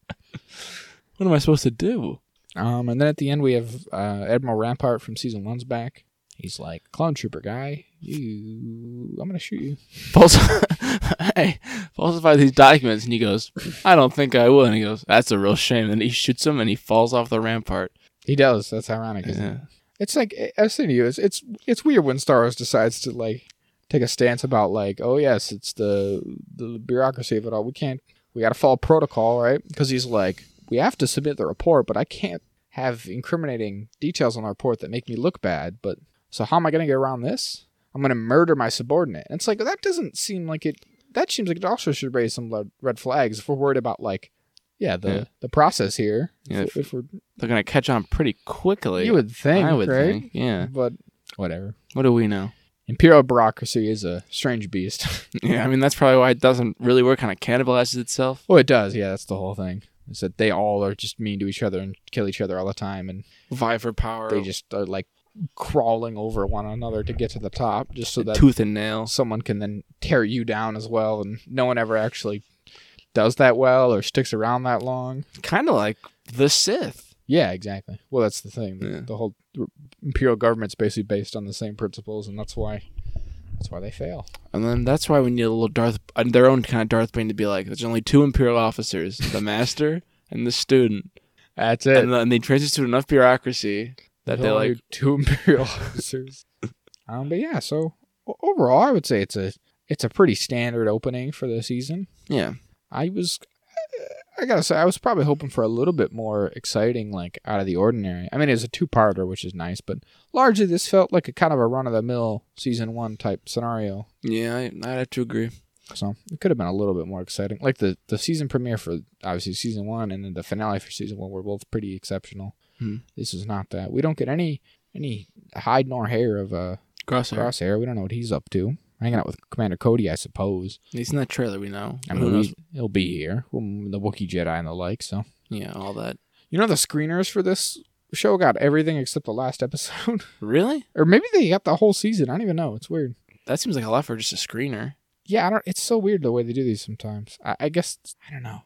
[SPEAKER 1] what am I supposed to do.
[SPEAKER 2] Um, and then at the end we have uh, Admiral Rampart from season one's back. He's like, clone trooper guy, you, I'm gonna shoot you.
[SPEAKER 1] False- (laughs) I falsify these documents, and he goes, I don't think I will. And he goes, that's a real shame. And he shoots him, and he falls off the rampart.
[SPEAKER 2] He does. That's ironic. Isn't it?
[SPEAKER 1] Yeah.
[SPEAKER 2] It's like I- I've seen you. It's it's it's weird when Star Wars decides to like take a stance about like, oh yes, it's the the bureaucracy of it all. We can't. We got to follow protocol, right? Because he's like, we have to submit the report, but I can't have incriminating details on the report that make me look bad. But so how am I going to get around this? I'm going to murder my subordinate. And it's like that doesn't seem like it. That seems like it also should raise some lo- red flags if we're worried about like, yeah, the
[SPEAKER 1] Yeah.
[SPEAKER 2] the process here. If-
[SPEAKER 1] Yeah, if-
[SPEAKER 2] if we're,
[SPEAKER 1] They're gonna catch on pretty quickly.
[SPEAKER 2] you would think,
[SPEAKER 1] I would
[SPEAKER 2] right?
[SPEAKER 1] think. Yeah.
[SPEAKER 2] But whatever.
[SPEAKER 1] What do we know?
[SPEAKER 2] Imperial bureaucracy is a strange beast. (laughs)
[SPEAKER 1] Yeah, I mean that's probably why it doesn't really work. Kind of cannibalizes itself.
[SPEAKER 2] well, it does. Yeah, that's the whole thing. Is that they all are just mean to each other and kill each other all the time, and
[SPEAKER 1] Vie for power.
[SPEAKER 2] they just are like crawling over one another to get to the top, just so that
[SPEAKER 1] tooth and nail.
[SPEAKER 2] someone can then tear you down as well. And no one ever actually does that well or sticks around that long.
[SPEAKER 1] Kind of like the Sith.
[SPEAKER 2] Yeah, exactly. Well, that's the thing. The,
[SPEAKER 1] Yeah.
[SPEAKER 2] the whole r- imperial government's basically based on the same principles, and that's why that's why they fail.
[SPEAKER 1] And then that's why we need a little Darth, uh, their own kind of Darth Bane to be like. There's only two Imperial officers,
[SPEAKER 2] (laughs)
[SPEAKER 1] the Master and the student,
[SPEAKER 2] That's
[SPEAKER 1] and then they train us to enough bureaucracy that they
[SPEAKER 2] There's only
[SPEAKER 1] like.
[SPEAKER 2] (laughs) two imperial officers. um, but yeah, so o- overall, I would say it's a it's a pretty standard opening for the season.
[SPEAKER 1] Yeah,
[SPEAKER 2] I was, I gotta say, I was probably hoping for a little bit more exciting, like out of the ordinary. I mean, it was a two parter, which is nice, but largely this felt like a kind of a run of the mill season one type scenario.
[SPEAKER 1] yeah, I, I'd have to agree.
[SPEAKER 2] So it could have been a little bit more exciting. Like the the season premiere for obviously season one, and then the finale for season one were both pretty exceptional.
[SPEAKER 1] Hmm.
[SPEAKER 2] This is not that. We don't get any any hide nor hair of uh
[SPEAKER 1] Crosshair.
[SPEAKER 2] Crosshair. We don't know what he's up to. Hanging out with Commander Cody, I suppose.
[SPEAKER 1] He's in that trailer we know.
[SPEAKER 2] I
[SPEAKER 1] Who
[SPEAKER 2] mean,
[SPEAKER 1] knows?
[SPEAKER 2] we, he'll be here. Um, The Wookiee Jedi and the like. So
[SPEAKER 1] Yeah, all that.
[SPEAKER 2] you know the screeners for this show got everything except the last (laughs) episode,
[SPEAKER 1] Really?
[SPEAKER 2] or maybe they got the whole season. I don't even know. It's weird.
[SPEAKER 1] That seems like a lot for just a screener.
[SPEAKER 2] Yeah, I don't. It's so weird the way they do these sometimes. I, I guess I don't know.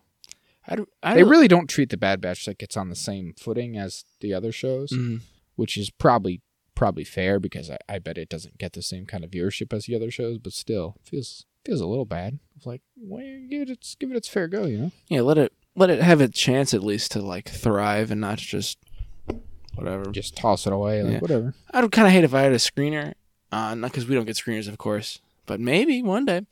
[SPEAKER 1] I don't. I
[SPEAKER 2] they
[SPEAKER 1] don't
[SPEAKER 2] really don't treat the Bad Batch like it's on the same footing as the other shows,
[SPEAKER 1] Mhm.
[SPEAKER 2] which is probably probably fair because I, I bet it doesn't get the same kind of viewership as the other shows. But still, feels feels a little bad. It's like, well, give it its give it its fair go, you know.
[SPEAKER 1] Yeah, let it let it have a chance at least to like thrive and not just whatever.
[SPEAKER 2] Just toss it away, like
[SPEAKER 1] Yeah.
[SPEAKER 2] whatever.
[SPEAKER 1] I would kind of hate if I had a screener, uh, not because we don't get screeners, of course, but maybe one day,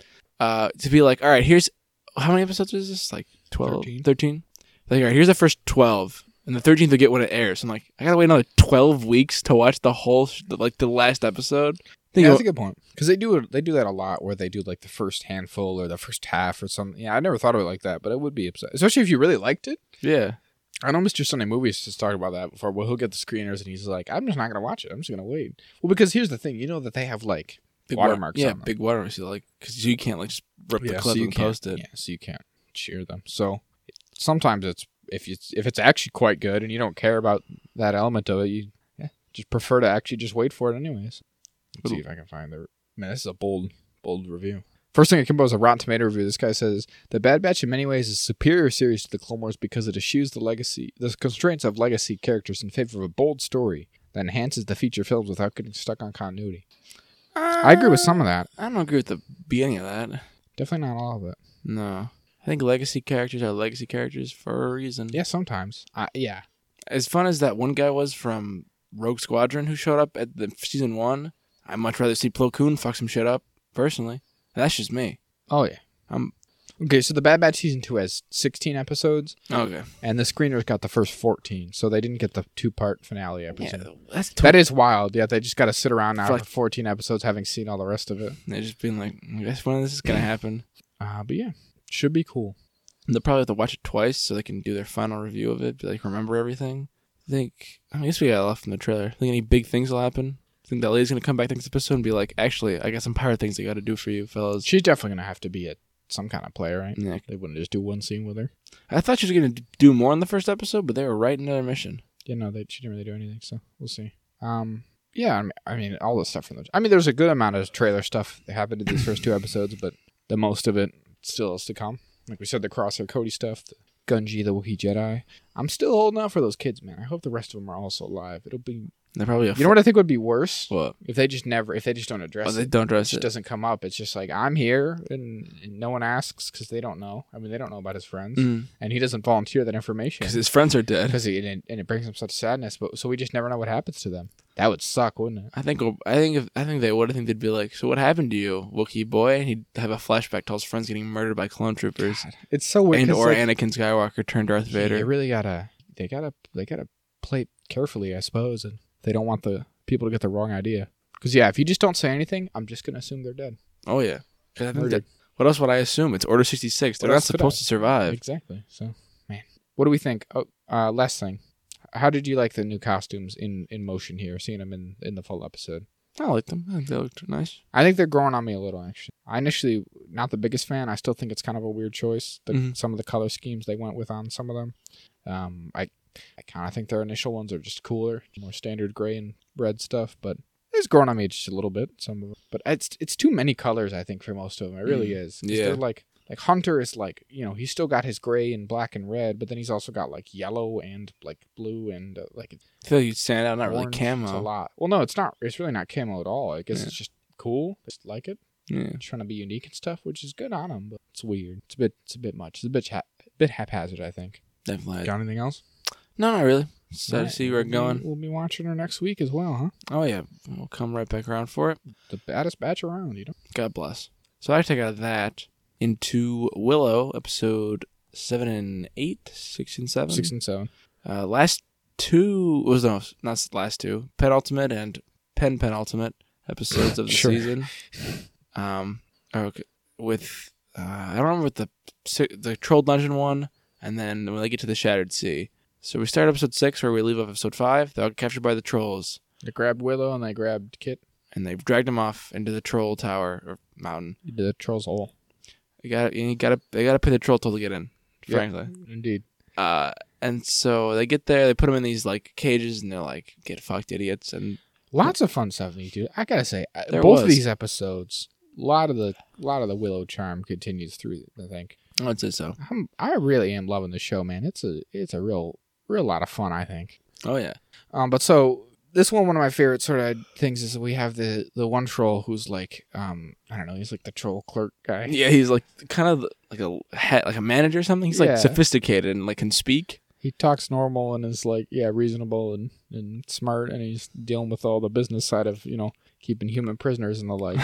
[SPEAKER 1] uh, to be like, all right, here's how many episodes is this? Like 12,
[SPEAKER 2] Thirteen.
[SPEAKER 1] 13? Like, all right, here's the first twelve, and the thirteenth will get when it airs. I'm like, I gotta wait another twelve weeks to watch the whole, sh- the, like the last episode. Think of-
[SPEAKER 2] Yeah, that's a good point because they do they do that a lot where they do like the first handful or the first half or something. Yeah, I never thought of it like that, but it would be upset, especially if you really liked it.
[SPEAKER 1] yeah.
[SPEAKER 2] I know Mr. Sunday Movies just talked about that before. Well, he'll get the screeners and he's like, I'm just not going to watch it. I'm just going to wait. Well, because here's the thing you know that they have like,
[SPEAKER 1] Big
[SPEAKER 2] Watermarks
[SPEAKER 1] yeah,
[SPEAKER 2] on them.
[SPEAKER 1] big watermarks. You like, because you can't like just rip the
[SPEAKER 2] Yeah,
[SPEAKER 1] clip
[SPEAKER 2] so you
[SPEAKER 1] and
[SPEAKER 2] can't-
[SPEAKER 1] post it.
[SPEAKER 2] yeah, so you can't cheer them. So sometimes it's if it's if it's actually quite good and you don't care about that element of it, you yeah, just prefer to actually just wait for it anyways. Let's see if I can find the. Man, this is a bold bold review. First thing that came up was a Rotten Tomato review. This guy says the Bad Batch in many ways is a superior series to the Clone Wars because it eschews the legacy, the constraints of legacy characters in favor of a bold story that enhances the feature films without getting stuck on continuity. I agree with some of that.
[SPEAKER 1] Uh, I don't agree with the beginning of that.
[SPEAKER 2] Definitely not all of it.
[SPEAKER 1] No. I think legacy characters are legacy characters for a reason.
[SPEAKER 2] Yeah, sometimes. I yeah,
[SPEAKER 1] As fun as that one guy was from Rogue Squadron who showed up at the season one, I'd much rather see Plo Koon fuck some shit up, personally. That's just me.
[SPEAKER 2] Oh yeah.
[SPEAKER 1] Um,
[SPEAKER 2] okay, so the Bad Batch season two has sixteen episodes,
[SPEAKER 1] Okay.
[SPEAKER 2] and the screeners got the first fourteen, so they didn't get the two part finale episode.
[SPEAKER 1] that's tw-
[SPEAKER 2] That is wild. Yeah, they just got to sit around
[SPEAKER 1] For
[SPEAKER 2] now for,
[SPEAKER 1] like-
[SPEAKER 2] fourteen episodes, having seen all the rest of it.
[SPEAKER 1] They're just being like, "Mm, I guess when this is gonna happen.
[SPEAKER 2] Uh, but yeah, should be cool.
[SPEAKER 1] They'll probably have to watch it twice so they can do their final review of it, be like remember everything. I think I guess we got a lot from the trailer. Think any big things will happen? Think that lady's gonna come back next episode and be like, actually, I got some pirate things I gotta do for you fellas.
[SPEAKER 2] She's definitely gonna have to be a some kind of player, right?
[SPEAKER 1] Yeah.
[SPEAKER 2] They wouldn't just do one scene with her.
[SPEAKER 1] I thought she was gonna d- do more in the first episode, but they were right into their mission.
[SPEAKER 2] Yeah, no, they, she didn't really do anything, so we'll see. Um, yeah, I mean, I mean, all the stuff from the. I mean, there's a good amount of trailer stuff that happened in these first two episodes, but the most of it still is to come. Like we said, the Crosshair Cody stuff, the Gunji, the Wookiee Jedi. I'm still holding out for those kids, man. I hope the rest of them are also alive. It'll be.
[SPEAKER 1] They're probably a
[SPEAKER 2] You know what I think would be worse
[SPEAKER 1] what?
[SPEAKER 2] if they just never, if they just don't address
[SPEAKER 1] Oh, they
[SPEAKER 2] it.
[SPEAKER 1] don't
[SPEAKER 2] It
[SPEAKER 1] dress
[SPEAKER 2] just
[SPEAKER 1] it.
[SPEAKER 2] doesn't come up. It's just like I'm here, and, and no one asks because they don't know. I mean, they don't know about his friends,
[SPEAKER 1] Because
[SPEAKER 2] and he doesn't volunteer that information
[SPEAKER 1] Mm, his friends are dead.
[SPEAKER 2] because it, and it- and it brings them such sadness. But so we just never know what happens to them. That would suck, wouldn't it?
[SPEAKER 1] I think oh, I think if, I think they would. I think they'd be like, "So what happened to you, Wookiee boy?" And he'd have a flashback to all his friends getting murdered by clone troopers,
[SPEAKER 2] It's so weird.
[SPEAKER 1] and
[SPEAKER 2] 'cause,
[SPEAKER 1] or
[SPEAKER 2] like,
[SPEAKER 1] Anakin Skywalker turned Darth Vader.
[SPEAKER 2] They really gotta. They gotta. They gotta play carefully, I suppose, and they don't want the people to get the wrong idea. Because yeah, if you just don't say anything, I'm just gonna assume they're dead.
[SPEAKER 1] Oh yeah. 'Cause I think
[SPEAKER 2] Murdered.
[SPEAKER 1] that- what else would I assume? It's Order sixty six. They're
[SPEAKER 2] What
[SPEAKER 1] not
[SPEAKER 2] else could
[SPEAKER 1] supposed
[SPEAKER 2] I-
[SPEAKER 1] to survive.
[SPEAKER 2] Exactly. So man, what do we think? Oh, uh, last thing. How did you like the new costumes in in motion here? Seeing them in in the full episode.
[SPEAKER 1] I like them. I think they looked nice.
[SPEAKER 2] I think they're growing on me a little. Actually, I initially not the biggest fan. I still think it's kind of a weird choice. The,
[SPEAKER 1] Mhm.
[SPEAKER 2] Some of the color schemes they went with on some of them. Um, I, I kind of think their initial ones are just cooler, more standard gray and red stuff. But it's growing on me just a little bit. Some of them, but it's it's too many colors. I think for most of them, it really is. 'Cause
[SPEAKER 1] Mm, Yeah.
[SPEAKER 2] they're like like Hunter is like you know he's still got his gray and black and red, but then he's also got like yellow and like blue and uh, like
[SPEAKER 1] I feel like you'd stand out. Not really
[SPEAKER 2] orange. It's a
[SPEAKER 1] camo.
[SPEAKER 2] lot. Well, no, it's not. It's really not camo at all. I guess
[SPEAKER 1] Yeah.
[SPEAKER 2] it's just cool. I just like it
[SPEAKER 1] Yeah.
[SPEAKER 2] trying to be unique and stuff, which is good on them, but it's weird. It's a bit, it's a bit much. It's a bit, ha- bit haphazard, I think.
[SPEAKER 1] Definitely.
[SPEAKER 2] Got anything else?
[SPEAKER 1] No, not really. Just
[SPEAKER 2] All
[SPEAKER 1] excited
[SPEAKER 2] right,
[SPEAKER 1] to see where
[SPEAKER 2] we'll
[SPEAKER 1] it's
[SPEAKER 2] be-
[SPEAKER 1] going.
[SPEAKER 2] We'll be watching her next week as well, huh?
[SPEAKER 1] Oh yeah. We'll come right back around for it.
[SPEAKER 2] The baddest batch around, you know.
[SPEAKER 1] God bless. So I take out of that into Willow episode seven and eight, six and seven.
[SPEAKER 2] Six and seven.
[SPEAKER 1] Uh, last two was no, not s- last two. Penultimate and pen penultimate episodes of the
[SPEAKER 2] Sure.
[SPEAKER 1] season. Um, okay, with uh, I don't remember what the si- the troll dungeon one, and then when they get to the Shattered Sea. So we start episode six where we leave off episode five. They're all captured by the trolls,
[SPEAKER 2] They grabbed Willow and they grabbed Kit
[SPEAKER 1] and they've dragged him off into the troll tower or mountain.
[SPEAKER 2] into the troll's hole.
[SPEAKER 1] You got you got to they got to pay the troll toll to get in.
[SPEAKER 2] Yep.
[SPEAKER 1] Frankly,
[SPEAKER 2] Indeed.
[SPEAKER 1] uh, and so they get there. They put him in these like cages, and they're like, "Get fucked, idiots!" And
[SPEAKER 2] Lots of fun stuff, you do. I gotta say, I-
[SPEAKER 1] There
[SPEAKER 2] both of
[SPEAKER 1] was.
[SPEAKER 2] these episodes, a lot of the, lot of the Willow charm continues through. I think.
[SPEAKER 1] I would say so.
[SPEAKER 2] I'm, I really am loving the show, man. It's a, it's a real, real lot of fun. I think.
[SPEAKER 1] Oh yeah.
[SPEAKER 2] Um, but so this one, one of my favorite sort of things is we have the the one troll who's like, um, I don't know, he's like the troll clerk guy.
[SPEAKER 1] Yeah, he's like kind of like a head, like a manager or something. He's like
[SPEAKER 2] Yeah.
[SPEAKER 1] sophisticated and like can speak.
[SPEAKER 2] He talks normal and is like, yeah, reasonable and and smart, and he's dealing with all the business side of you know keeping human prisoners and
[SPEAKER 1] (laughs)
[SPEAKER 2] the like.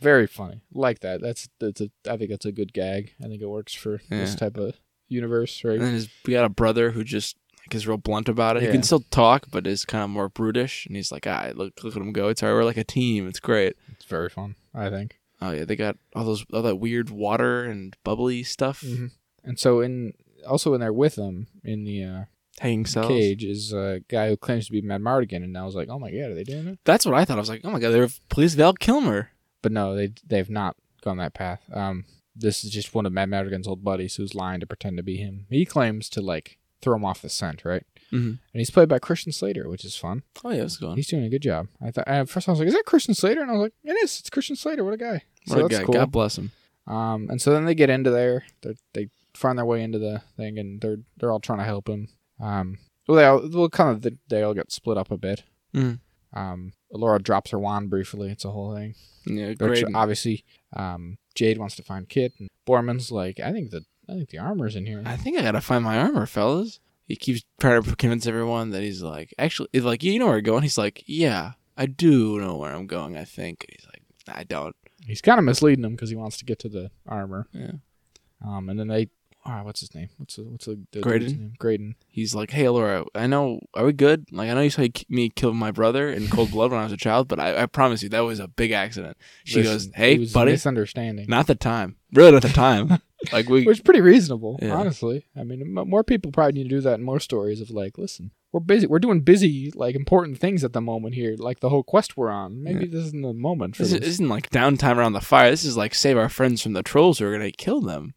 [SPEAKER 2] Very funny, like that. That's that's a I think that's a good gag. I think it works for this
[SPEAKER 1] Yeah.
[SPEAKER 2] type of universe, right?
[SPEAKER 1] And then his, we got a brother who just like is real blunt about it. He
[SPEAKER 2] Yeah.
[SPEAKER 1] can still talk, but is kind of more brutish. And he's like, "Ah, look, look at him go! It's all right. We're like a team. It's great."
[SPEAKER 2] It's very fun, I think.
[SPEAKER 1] Oh yeah, they got all those all that weird water and bubbly stuff
[SPEAKER 2] Mhm. And so in also in there with him in the uh,
[SPEAKER 1] hanging cells.
[SPEAKER 2] cage is a guy who claims to be Mad Mardigan, and I was like, oh my god, are they doing it?
[SPEAKER 1] That's what I thought. I was like, "Oh my god, they're police Val Kilmer."
[SPEAKER 2] But no, they they've not gone that path. Um, This is just one of Matt Madigan's old buddies who's lying to pretend to be him. He claims to like throw him off the scent, right?
[SPEAKER 1] Mhm.
[SPEAKER 2] And he's played by Christian Slater, which is fun.
[SPEAKER 1] Oh yeah, that's a good one.
[SPEAKER 2] He's doing a good job. I thought at first I was like, "Is that Christian Slater?" And I was like, "It is. It's Christian Slater. What a guy! So
[SPEAKER 1] What a
[SPEAKER 2] that's
[SPEAKER 1] guy.
[SPEAKER 2] cool."
[SPEAKER 1] God bless him.
[SPEAKER 2] Um, and so then they get into there. They're, they find their way into the thing, and they're they're all trying to help him. Um, well, they all, well, kind of they, they all get split up a bit.
[SPEAKER 1] Mhm.
[SPEAKER 2] Um, Laura drops her wand briefly. It's a whole thing.
[SPEAKER 1] Yeah,
[SPEAKER 2] Which
[SPEAKER 1] great.
[SPEAKER 2] obviously, um, Jade wants to find Kit, and Borman's like, I think the I think the armor's in here.
[SPEAKER 1] I think I gotta find my armor, fellas. He keeps trying to convince everyone that he's like, actually, he's like, you know where I'm going. He's like, yeah, I do know where I'm going. I think. And he's like, I don't.
[SPEAKER 2] He's kind of misleading him because he wants to get to the armor.
[SPEAKER 1] Yeah.
[SPEAKER 2] Um, and then they, ah, what's his name? What's the, what's the, the
[SPEAKER 1] Graydon?
[SPEAKER 2] dude's name? Graydon.
[SPEAKER 1] He's like, hey, Laura, I know. Are we good? Like, I know you saw you k- me kill my brother in (laughs) cold blood when I was a child, but I, I promise you that was a big accident. She
[SPEAKER 2] Listen,
[SPEAKER 1] goes,
[SPEAKER 2] it
[SPEAKER 1] hey,
[SPEAKER 2] was a
[SPEAKER 1] buddy,
[SPEAKER 2] misunderstanding.
[SPEAKER 1] not the time. Really, not the (laughs) time. like we.
[SPEAKER 2] Which is pretty reasonable,
[SPEAKER 1] Yeah.
[SPEAKER 2] honestly. I mean, m- more people probably need to do that in more stories of like, listen, we're busy, we're doing busy, like important things at the moment here, like the whole quest we're on. Maybe this isn't the moment for
[SPEAKER 1] This
[SPEAKER 2] this.
[SPEAKER 1] is- this isn't like downtime around the fire. This is like save our friends from the trolls who are gonna kill them.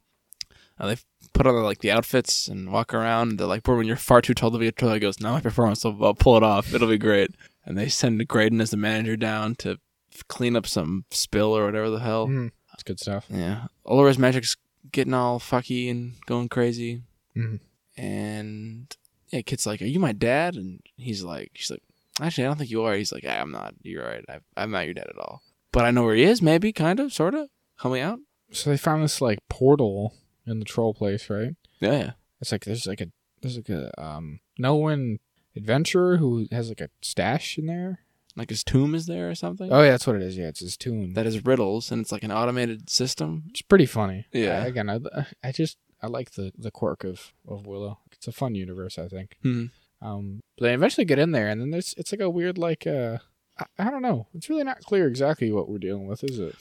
[SPEAKER 1] Uh, they put on like the outfits and walk around. They're like, "Boy, when you're far too tall to be a troll," he goes, "No, my performance will I'll pull it off. It'll be great." And they send Graydon as the manager down to f- clean up some spill or whatever the hell.
[SPEAKER 2] Mhm. It's good stuff.
[SPEAKER 1] Yeah, Olora's magic's getting all fucky and going crazy.
[SPEAKER 2] Mhm.
[SPEAKER 1] And yeah, kid's like, "Are you my dad?" And he's like, "She's like, actually, I don't think you are." He's like, ah, "I'm not. You're right. I, I'm not your dad at all. But I know where he is. Maybe, kind of, sort of. Help me out."
[SPEAKER 2] So they found this like portal in the troll place, right?
[SPEAKER 1] Yeah, yeah.
[SPEAKER 2] It's like there's like a there's like a um Nolan adventurer who has like a stash in there.
[SPEAKER 1] Like his tomb is there or something.
[SPEAKER 2] Oh yeah, that's what it is. Yeah, it's his tomb.
[SPEAKER 1] That is riddles, and it's like an automated system.
[SPEAKER 2] It's pretty funny.
[SPEAKER 1] Yeah.
[SPEAKER 2] I- again, I, I just I like the the quirk of of Willow. It's a fun universe, I think.
[SPEAKER 1] Mhm.
[SPEAKER 2] Um, but they eventually get in there, and then there's it's like a weird like uh I, I don't know. It's really not clear exactly what we're dealing with, is it?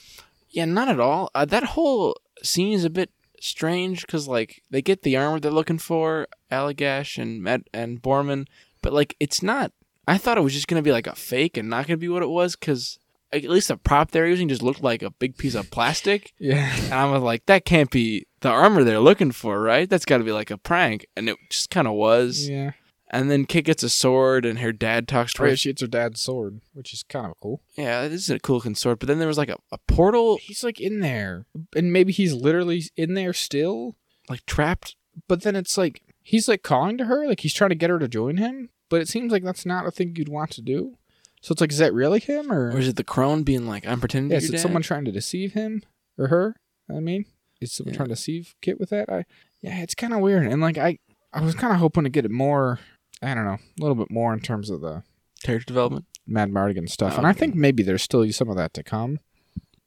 [SPEAKER 1] Yeah, not at all. Uh, that whole scene is a bit strange because like they get the armor they're looking for, Allagash and Matt and Borman, but like it's not. I thought it was just gonna be like a fake and not gonna be what it was because at least the prop they're using just looked like a big piece of plastic,
[SPEAKER 2] Yeah.
[SPEAKER 1] and I was like, that can't be the armor they're looking for, right? That's got to be like a prank, and it just kind of was.
[SPEAKER 2] (laughs) yeah.
[SPEAKER 1] And then Kit gets a sword, and her dad talks to
[SPEAKER 2] Or
[SPEAKER 1] her.
[SPEAKER 2] she gets her dad's sword, which is kind of cool.
[SPEAKER 1] yeah, this is a cool looking sword. But then there was like a, a portal,
[SPEAKER 2] He's like in there, and maybe he's literally in there still.
[SPEAKER 1] like trapped
[SPEAKER 2] but then it's like he's like calling to her, like he's trying to get her to join him, but it seems like that's not a thing you'd want to do. So it's like, is that really him or,
[SPEAKER 1] Or is it the crone being like, I'm pretending
[SPEAKER 2] yeah,
[SPEAKER 1] to
[SPEAKER 2] is
[SPEAKER 1] be
[SPEAKER 2] it
[SPEAKER 1] your dad?
[SPEAKER 2] someone trying to deceive him or her? I mean, is someone
[SPEAKER 1] Yeah.
[SPEAKER 2] trying to deceive Kit with that? I yeah, it's kind of weird, and like I I was kind of hoping to get it more, I don't know, a little bit more in terms of the
[SPEAKER 1] Character development.
[SPEAKER 2] Mad Mardigan stuff, and
[SPEAKER 1] Oh,
[SPEAKER 2] I think maybe there's still some of that to come,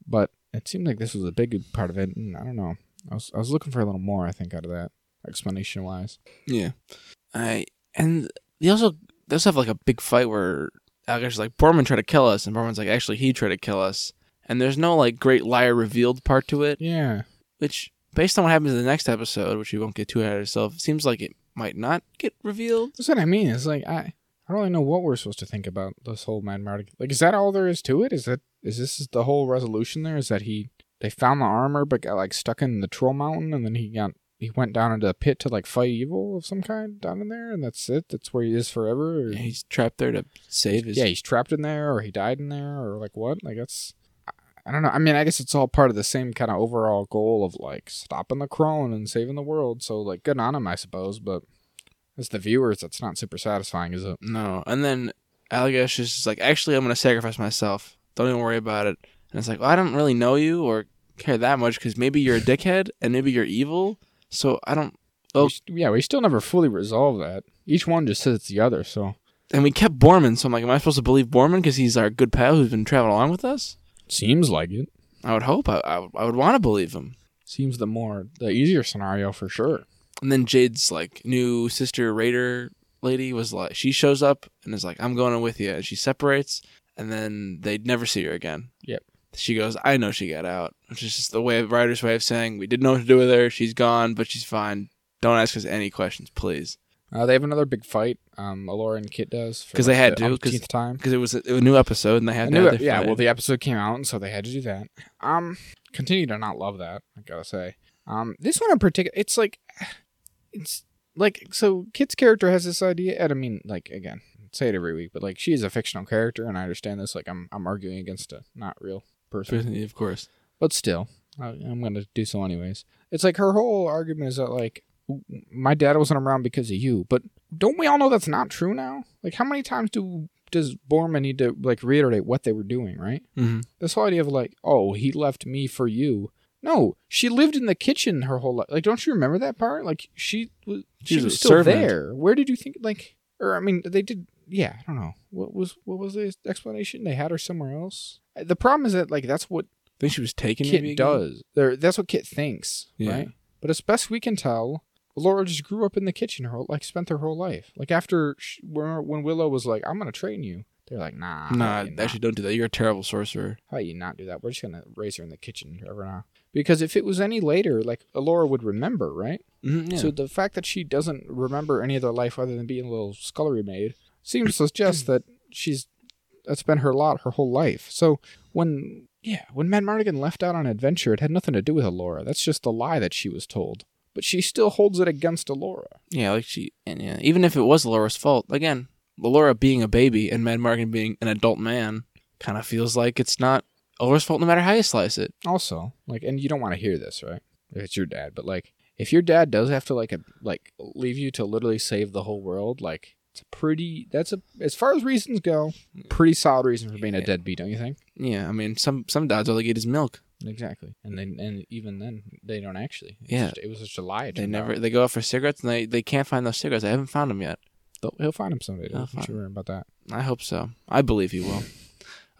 [SPEAKER 2] but it seemed like this was a big part of it, and I don't know. I was I was looking for a little more, I think, out of that explanation wise.
[SPEAKER 1] Yeah. I and they also they also have like a big fight where Algash is like, Borman tried to kill us, and Borman's like, actually he tried to kill us. And there's no like great liar revealed part to it,
[SPEAKER 2] Yeah.
[SPEAKER 1] which based on what happens in the next episode, which we won't get too ahead of ourselves, seems like it might not get revealed.
[SPEAKER 2] That's what I mean. It's like I, I don't really know what we're supposed to think about this whole Mad Mardigan. Like, is that all there is to it? Is that is this is the whole resolution? There is that he they found the armor, but got like stuck in the troll mountain, and then he got he went down into a pit to like fight evil of some kind down in there, and that's it. That's where he is forever. Or,
[SPEAKER 1] And he's trapped there to save his
[SPEAKER 2] yeah, he's trapped in there, or he died in there, or like what? Like that's. I- I don't know. I mean, I guess it's all part of the same kind of overall goal of like stopping the crone and saving the world. So like, good on him, I suppose. But as the viewers, that's not super satisfying, is it?
[SPEAKER 1] No. And then Allagash is just like, actually, I'm going to sacrifice myself. Don't even worry about it. And it's like, well, I don't really know you or care that much because maybe you're a dickhead and maybe you're evil. So I don't. Oh.
[SPEAKER 2] We st- yeah, we still never fully resolve that. Each one just says it's the other. So
[SPEAKER 1] And we kept Borman. So I'm like, am I supposed to believe Borman because he's our good pal who's been traveling along with us?
[SPEAKER 2] seems like it.
[SPEAKER 1] I would hope. I, I, would- I would want to believe him.
[SPEAKER 2] Seems the more the easier scenario for sure.
[SPEAKER 1] And then Jade's like new sister Raider lady was like, she shows up and is like, I'm going in with you. And she separates, and then they never see her again.
[SPEAKER 2] Yep.
[SPEAKER 1] She goes, I know she got out, which is just the way of writer's way of saying we didn't know what to do with her. She's gone, but she's fine. Don't ask us any questions, please,
[SPEAKER 2] Uh, they have another big fight. Um, Alora and Kit does
[SPEAKER 1] 'Cause they had
[SPEAKER 2] the
[SPEAKER 1] to, 'cause-
[SPEAKER 2] umpteenth time.
[SPEAKER 1] because it was a, it was a new e- episode and they
[SPEAKER 2] I
[SPEAKER 1] had to.
[SPEAKER 2] knew
[SPEAKER 1] have
[SPEAKER 2] it-
[SPEAKER 1] their
[SPEAKER 2] yeah,
[SPEAKER 1] fight.
[SPEAKER 2] well, the episode came out, and so they had to do that. Um, continue to not love that. I gotta say, um, this one in particular, it's like, (sighs) it's like so. Kit's character has this idea, and I mean, like again, I say it every week, but like she is a fictional character, and I understand this. Like I'm, I'm arguing against a not real person,
[SPEAKER 1] Of course.
[SPEAKER 2] but still, I, I'm gonna do so anyways. It's like her whole argument is that like my dad wasn't around because of you, but don't we all know that's not true now? Like how many times do does Borman need to like reiterate what they were doing, right?
[SPEAKER 1] Mm-hmm.
[SPEAKER 2] this whole idea of like, oh, he left me for you. No, she lived in the kitchen her whole life. Like, don't you remember that part? Like, she was she,
[SPEAKER 1] She's a
[SPEAKER 2] was still
[SPEAKER 1] servant.
[SPEAKER 2] there. Where did you think? Like, or I mean, they did. Yeah, I don't know. What was what was the explanation? They had her somewhere else. The problem is that like that's what
[SPEAKER 1] I think she was taken. maybe
[SPEAKER 2] Kit
[SPEAKER 1] again?
[SPEAKER 2] does. Or that's what Kit thinks,
[SPEAKER 1] Yeah.
[SPEAKER 2] right? But as best we can tell, Laura just grew up in the kitchen her whole, like spent her whole life. Like after she, when when Willow was like, "I'm gonna train you," they're like, "Nah,
[SPEAKER 1] Nah,
[SPEAKER 2] you're not."
[SPEAKER 1] actually, don't do that. You're a terrible sorcerer.
[SPEAKER 2] How you not do that? We're just gonna raise her in the kitchen forever now. Because if it was any later, like Alora would remember, right?
[SPEAKER 1] Mm-hmm,
[SPEAKER 2] So the fact that she doesn't remember any of their life other than being a little scullery maid seems to suggest that she's that's been her lot her whole life. So when yeah, when Mad Mardigan left out on an adventure, it had nothing to do with Alora. That's just the lie that she was told. But she still holds it against Alora.
[SPEAKER 1] yeah, like she, and yeah, even if it was Laura's fault, again, Laura being a baby and Mad Morgan being an adult man, kind of feels like it's not Laura's fault, no matter how you slice it.
[SPEAKER 2] Also, like, and you don't want to hear this, right? If it's your dad, but like, if your dad does have to like a, like leave you to literally save the whole world, like, it's a pretty. That's a as far as reasons go, pretty solid reason for being a
[SPEAKER 1] Yeah.
[SPEAKER 2] deadbeat, don't you think?
[SPEAKER 1] Yeah, I mean, some some dads all they get is milk.
[SPEAKER 2] Exactly. And then and even then they don't actually. It's
[SPEAKER 1] Yeah.
[SPEAKER 2] just- it was just a lie. it
[SPEAKER 1] They
[SPEAKER 2] turned
[SPEAKER 1] never
[SPEAKER 2] out.
[SPEAKER 1] they go out for cigarettes and they they can't find those cigarettes. I haven't found them yet.
[SPEAKER 2] They'll- he'll find him someday.
[SPEAKER 1] He'll
[SPEAKER 2] Don't you
[SPEAKER 1] find-
[SPEAKER 2] worry about that.
[SPEAKER 1] I hope so. I believe he will.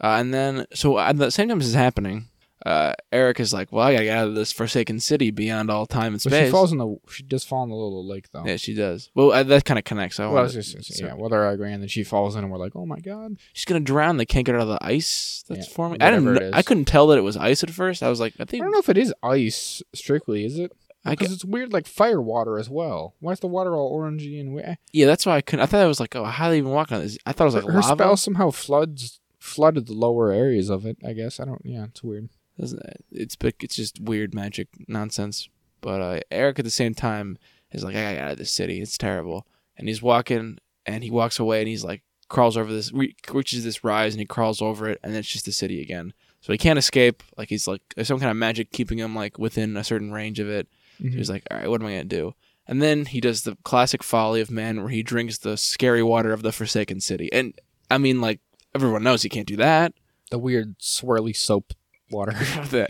[SPEAKER 1] Uh, and then, so at the same time as it's happening, uh, Eric is like, "Well, I gotta get out of this forsaken city beyond all time and
[SPEAKER 2] But
[SPEAKER 1] space."
[SPEAKER 2] she falls in the. She does fall in the little lake though.
[SPEAKER 1] Yeah, she does. Well, uh, that kind of connects. I
[SPEAKER 2] Oh. Well, I
[SPEAKER 1] want.
[SPEAKER 2] was just, yeah, well, they're arguing, and then she falls in, and we're like, "Oh my god!"
[SPEAKER 1] She's gonna drown. They can't get her out of the ice that's
[SPEAKER 2] Yeah,
[SPEAKER 1] forming. I didn't.
[SPEAKER 2] whatever
[SPEAKER 1] kn-
[SPEAKER 2] it
[SPEAKER 1] I
[SPEAKER 2] is.
[SPEAKER 1] couldn't tell that it was ice at first. I was like, I
[SPEAKER 2] I
[SPEAKER 1] think.
[SPEAKER 2] don't know if it is ice strictly, is it?
[SPEAKER 1] I
[SPEAKER 2] Because
[SPEAKER 1] guess,
[SPEAKER 2] it's weird, like fire water as well. Why is the water all orangey and weird?
[SPEAKER 1] yeah, that's why I couldn't. I thought I was like, oh, how do they even walk on this? I thought it was like
[SPEAKER 2] her
[SPEAKER 1] lava.
[SPEAKER 2] spell somehow floods flooded the lower areas of it. I guess I don't. Yeah, it's weird.
[SPEAKER 1] Doesn't- It's but it's just weird magic nonsense. But uh, Eric at the same time is like, I gotta get out of this city. It's terrible. And he's walking, and he walks away, and he's like, crawls over this, re- reaches this rise, and he crawls over it, and then it's just the city again. So he can't escape. Like he's like there's some kind of magic keeping him like within a certain range of it. So
[SPEAKER 2] Mm-hmm.
[SPEAKER 1] he's like, all right, what am I gonna do? And then he does the classic folly of man, where he drinks the scary water of the Forsaken City. And I mean, like everyone knows he can't do that.
[SPEAKER 2] The weird swirly soap water.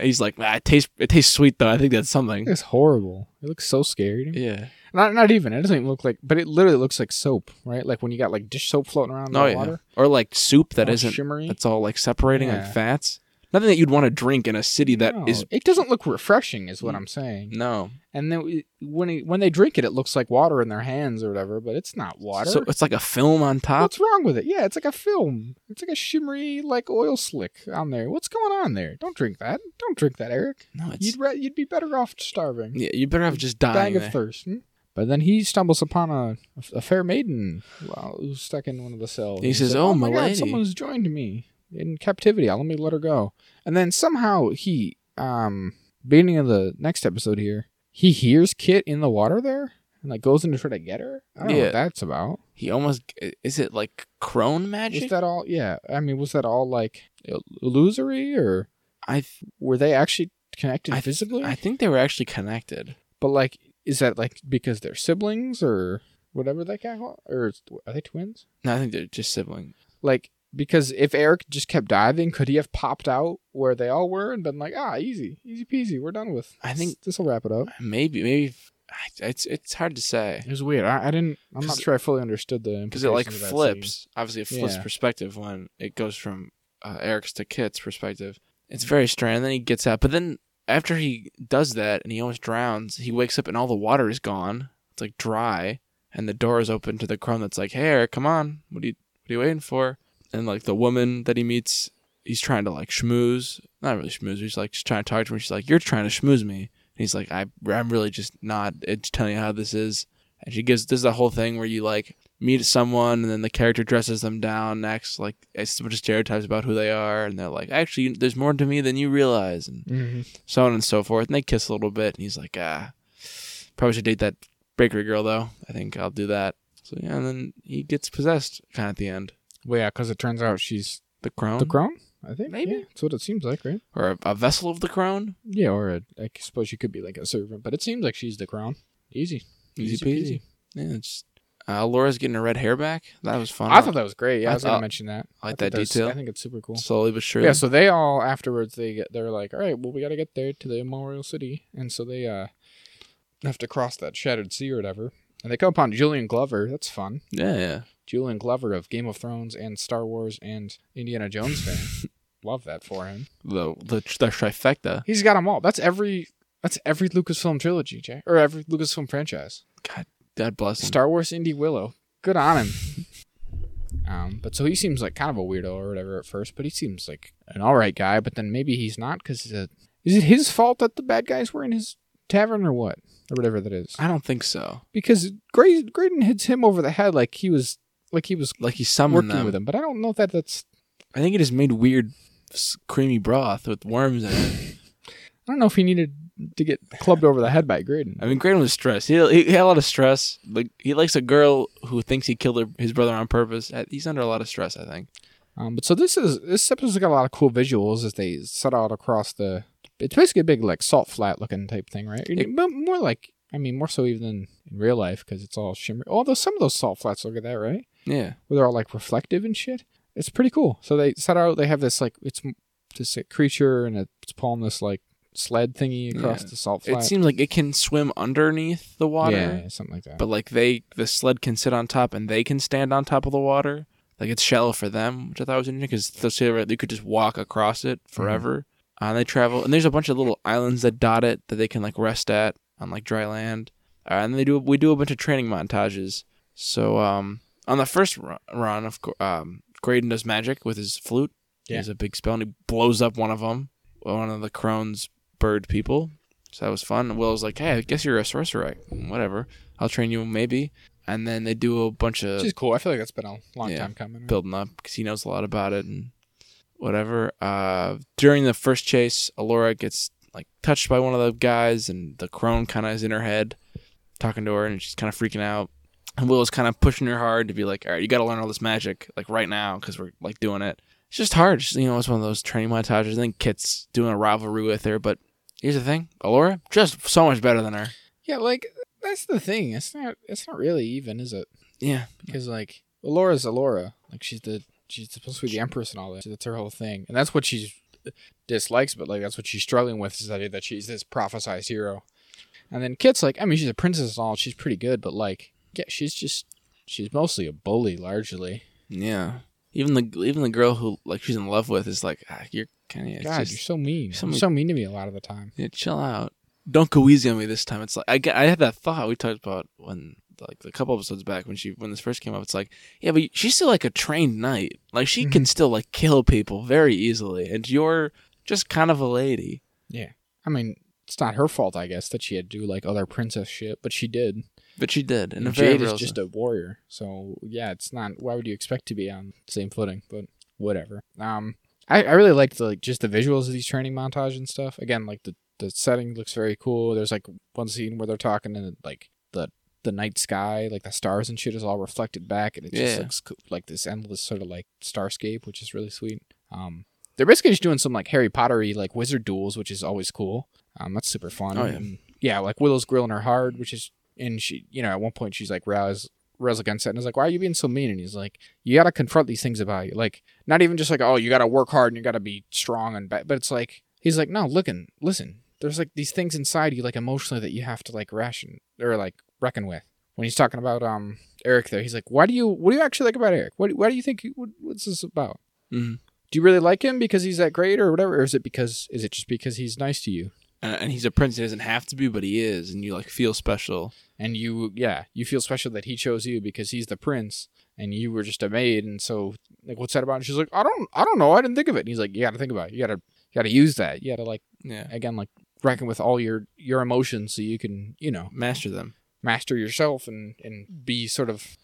[SPEAKER 1] (laughs) He's like, ah, it tastes it tastes sweet though. I think that's something.
[SPEAKER 2] (laughs) it's horrible. It looks so scary. To me.
[SPEAKER 1] Yeah.
[SPEAKER 2] Not not even. It doesn't even look like. But it literally looks like soap, right? Like when you got like dish soap floating around in
[SPEAKER 1] Oh
[SPEAKER 2] the
[SPEAKER 1] yeah.
[SPEAKER 2] water.
[SPEAKER 1] Or like soup that
[SPEAKER 2] all
[SPEAKER 1] not
[SPEAKER 2] shimmery.
[SPEAKER 1] that's all like separating
[SPEAKER 2] Oh, Yeah.
[SPEAKER 1] like fats. Nothing that you'd want to drink in a city that
[SPEAKER 2] No,
[SPEAKER 1] is
[SPEAKER 2] It doesn't look refreshing, is what
[SPEAKER 1] Mm.
[SPEAKER 2] I'm saying.
[SPEAKER 1] no.
[SPEAKER 2] And then it- when it, when they drink it, it looks like water in their hands or whatever. But it's not water.
[SPEAKER 1] So uh, it's like a film on top.
[SPEAKER 2] What's wrong with it? Yeah, it's like a film. It's like a shimmery, like oil slick on there. What's going on there? Don't drink that. Don't drink that, Eric.
[SPEAKER 1] no, it's
[SPEAKER 2] You'd re- you'd be better off starving.
[SPEAKER 1] yeah, you better have just
[SPEAKER 2] Dying
[SPEAKER 1] dying.
[SPEAKER 2] of
[SPEAKER 1] there.
[SPEAKER 2] thirst. hmm? But then he stumbles upon a, a fair maiden well, who's stuck in one of the cells.
[SPEAKER 1] He
[SPEAKER 2] He's
[SPEAKER 1] says,
[SPEAKER 2] like,
[SPEAKER 1] "Oh,
[SPEAKER 2] my
[SPEAKER 1] my
[SPEAKER 2] God,
[SPEAKER 1] lady."
[SPEAKER 2] someone's joined me in captivity. I'll let me let her go." And then somehow he, um, beginning of the next episode here, he hears Kit in the water there and like goes in to try to get her. I don't know
[SPEAKER 1] Yeah.
[SPEAKER 2] what that's about.
[SPEAKER 1] He almost is it like crone
[SPEAKER 2] Was
[SPEAKER 1] magic?
[SPEAKER 2] that all? Yeah, I mean, was that all like ill- illusory, or
[SPEAKER 1] I th-
[SPEAKER 2] were they actually connected
[SPEAKER 1] I th-
[SPEAKER 2] physically?
[SPEAKER 1] I think they were actually connected.
[SPEAKER 2] but like, is that like because they're siblings or whatever that guy? call- Or is- are they twins?
[SPEAKER 1] No, I think they're just siblings.
[SPEAKER 2] Like, because if Eric just kept diving, could he have popped out where they all were and been like, ah, easy, easy peasy, we're done with.
[SPEAKER 1] I think-
[SPEAKER 2] this will wrap it up.
[SPEAKER 1] Maybe maybe I- it's it's hard to say
[SPEAKER 2] It was weird. I, I didn't. I'm not
[SPEAKER 1] 'Cause-
[SPEAKER 2] sure I fully understood the
[SPEAKER 1] because it like
[SPEAKER 2] implications of that scene.
[SPEAKER 1] flips. Obviously, it flips
[SPEAKER 2] Yeah.
[SPEAKER 1] perspective when it goes from uh, Eric's to Kit's perspective. It's very strange. And then he gets out, but then after he does that and he almost drowns, he wakes up and all the water is gone. It's like dry, and the door is open to the crone that's like, "Hey, Eric, come on. What are you what are you waiting for?" And like the woman that he meets, he's trying to like schmooze. Not really schmooze. He's like just trying to talk to her. She's like, "You're trying to schmooze me." And he's like, I, I'm really just not. It's telling you how this is. And she gives this is the whole thing where you like meet someone and then the character dresses them down next. Like it's a bunch of stereotypes about who they are, and they're like, actually, there's more to me than you realize, and
[SPEAKER 2] Mm-hmm.
[SPEAKER 1] so on and so forth. And they kiss a little bit, and he's like, ah, probably should date that bakery girl though. I think I'll do that. So yeah, and then he gets possessed kind of at the end.
[SPEAKER 2] Well, yeah, because it turns out she's
[SPEAKER 1] The crown,
[SPEAKER 2] the crone. I think
[SPEAKER 1] Maybe.
[SPEAKER 2] Yeah, that's what it seems like, right?
[SPEAKER 1] or a, a vessel of the crown.
[SPEAKER 2] Yeah, or a, I suppose you could be like a servant, but it seems like she's the crown. Easy,
[SPEAKER 1] Easy peasy. Yeah, it's uh, Laura's getting her red hair back. That was fun.
[SPEAKER 2] I thought that was great. Yeah, I,
[SPEAKER 1] I
[SPEAKER 2] was gonna
[SPEAKER 1] thought-
[SPEAKER 2] mention that.
[SPEAKER 1] I like
[SPEAKER 2] think
[SPEAKER 1] that
[SPEAKER 2] that's-
[SPEAKER 1] detail.
[SPEAKER 2] I think it's super cool.
[SPEAKER 1] slowly but surely.
[SPEAKER 2] Yeah, so they all afterwards they get they're like, all right, well we gotta get there to the Memorial City, and so they uh have to cross that shattered sea or whatever, and they come upon Julian Glover. That's fun.
[SPEAKER 1] yeah, yeah.
[SPEAKER 2] Julian Glover of Game of Thrones and Star Wars and Indiana Jones fan. Love that for him.
[SPEAKER 1] The the the trifecta.
[SPEAKER 2] He's got them all. That's every that's every Lucasfilm trilogy, Jay, or every Lucasfilm franchise.
[SPEAKER 1] God bless him.
[SPEAKER 2] Star Wars, Indie Willow. Good on him. Um, but so he seems like kind of a weirdo or whatever at first, but he seems like an all right guy. But then maybe he's not because is it his fault that the bad guys were in his tavern or what or whatever that is?
[SPEAKER 1] I don't think so.
[SPEAKER 2] Because Gray, Graydon hits him over the head like he was like he was
[SPEAKER 1] Like he summoned
[SPEAKER 2] working
[SPEAKER 1] them.
[SPEAKER 2] with him. But I don't know that that's
[SPEAKER 1] I think he just made weird s- creamy broth with worms in it.
[SPEAKER 2] I don't know if he needed to get clubbed over the head by Graydon.
[SPEAKER 1] I mean, Graydon was stressed. He, he had a lot of stress. Like he likes a girl who thinks he killed her, his brother on purpose. Uh, He's under a lot of stress. I think.
[SPEAKER 2] Um, but so this is this episode's got a lot of cool visuals as they set out across the. It's basically a big like salt flat looking type thing, right?
[SPEAKER 1] It-
[SPEAKER 2] but more like I mean more so even than in real life because it's all shimmery. Although some of those salt flats look at that, right?
[SPEAKER 1] Yeah.
[SPEAKER 2] Where they're all like reflective and shit. It's pretty cool. So they set out. They have this like it's m- this like, creature and it's pulling this like sled thingy across
[SPEAKER 1] Yeah.
[SPEAKER 2] the salt
[SPEAKER 1] It
[SPEAKER 2] flat.
[SPEAKER 1] seems like it can swim underneath the water,
[SPEAKER 2] Yeah, something like that.
[SPEAKER 1] but like they, the sled can sit on top and they can stand on top of the water. Like it's shallow for them, which I thought was interesting because they'll say right, they could just walk across it forever. Uh, And they travel, and there's a bunch of little islands that dot it that they can like rest at on like dry land. Uh, and they do we do a bunch of training montages. So um, on the first ru- run, of cour- um, Graydon does magic with his flute. He
[SPEAKER 2] Yeah.
[SPEAKER 1] has a big spell and he blows up one of them, one of the crones bird people. So that was fun. Will's like, hey, I guess you're a sorcerer. Whatever, I'll train you maybe. And then they do a bunch of
[SPEAKER 2] Which is cool. I feel like that's been a long
[SPEAKER 1] Yeah.
[SPEAKER 2] time coming. right?
[SPEAKER 1] building up because he knows a lot about it and whatever. Uh, during the first chase, Alora gets like touched by one of the guys, and the crone kind of is in her head talking to her, and she's kind of freaking out. And Willow's kind of pushing her hard to be like, "All right, you got to learn all this magic like right now because we're like doing it." It's just hard, It's, you know. It's one of those training montages. I think Kit's doing a rivalry with her, but here's the thing: Alora just so much better than her.
[SPEAKER 2] Yeah, like that's the thing. It's not. It's not really even, is it?
[SPEAKER 1] Yeah,
[SPEAKER 2] because like Alora's Alora, like she's the she's supposed to be the empress and all that. That's her whole thing, and that's what she dislikes. But like that's what she's struggling with is the idea that she's this prophesized hero. And then Kit's like, I mean, she's a princess and all, she's pretty good, but like, yeah, she's just she's mostly a bully largely.
[SPEAKER 1] yeah. Even the even the girl who like she's in love with is like, ah, "You're kind of
[SPEAKER 2] God, you're so mean.
[SPEAKER 1] so
[SPEAKER 2] You're
[SPEAKER 1] mean.
[SPEAKER 2] so mean to me a lot of the time.
[SPEAKER 1] Yeah, chill out. Don't go easy on me this time. It's like I, get- I had that thought we talked about when like a couple episodes back when she when this first came up. It's like yeah, but she's still like a trained knight. Like she can still like kill people very easily, and you're just kind of a lady.
[SPEAKER 2] I mean, it's not her fault, I guess, that she had to do like other princess shit, but she did.
[SPEAKER 1] But she did, and
[SPEAKER 2] And
[SPEAKER 1] a very
[SPEAKER 2] Jade
[SPEAKER 1] real
[SPEAKER 2] is just a warrior, so yeah, it's not. Why would you expect to be on the same footing? But whatever. Um, I, I really liked the, like just the visuals of these training montage and stuff. Again, like the the setting looks very cool. There's like one scene where they're talking and like the the night sky, like the stars and shit, is all reflected back, and it just
[SPEAKER 1] Yeah.
[SPEAKER 2] looks co- like this endless sort of like starscape, which is really sweet. Um, they're basically just doing some like Harry Pottery like wizard duels, which is always cool. Um, that's super fun.
[SPEAKER 1] Oh, yeah.
[SPEAKER 2] And, yeah, like Willow's grilling her hard, which is and she you know at one point she's like rouse rails against it and is like why are you being so mean and he's like you gotta confront these things about you like not even just like oh you gotta work hard and you gotta be strong and ba-. but it's like he's like no look and listen there's like these things inside you like emotionally that you have to like ration or like reckon with when he's talking about um Eric there he's like why do you what do you actually like about Eric what why do you think what, what's this about
[SPEAKER 1] Mhm.
[SPEAKER 2] do you really like him because he's that great or whatever or is it because is it just because he's nice to you
[SPEAKER 1] and, and he's a prince. He doesn't have to be, but he is, and you like feel special.
[SPEAKER 2] and you yeah you feel special that he chose you because he's the prince and you were just a maid and so like what's that about and she's like i don't i don't know i didn't think of it and he's like you gotta think about it you gotta you gotta use that you gotta like
[SPEAKER 1] Yeah,
[SPEAKER 2] again like reckon with all your your emotions so you can you know
[SPEAKER 1] master them.
[SPEAKER 2] master yourself and and be sort of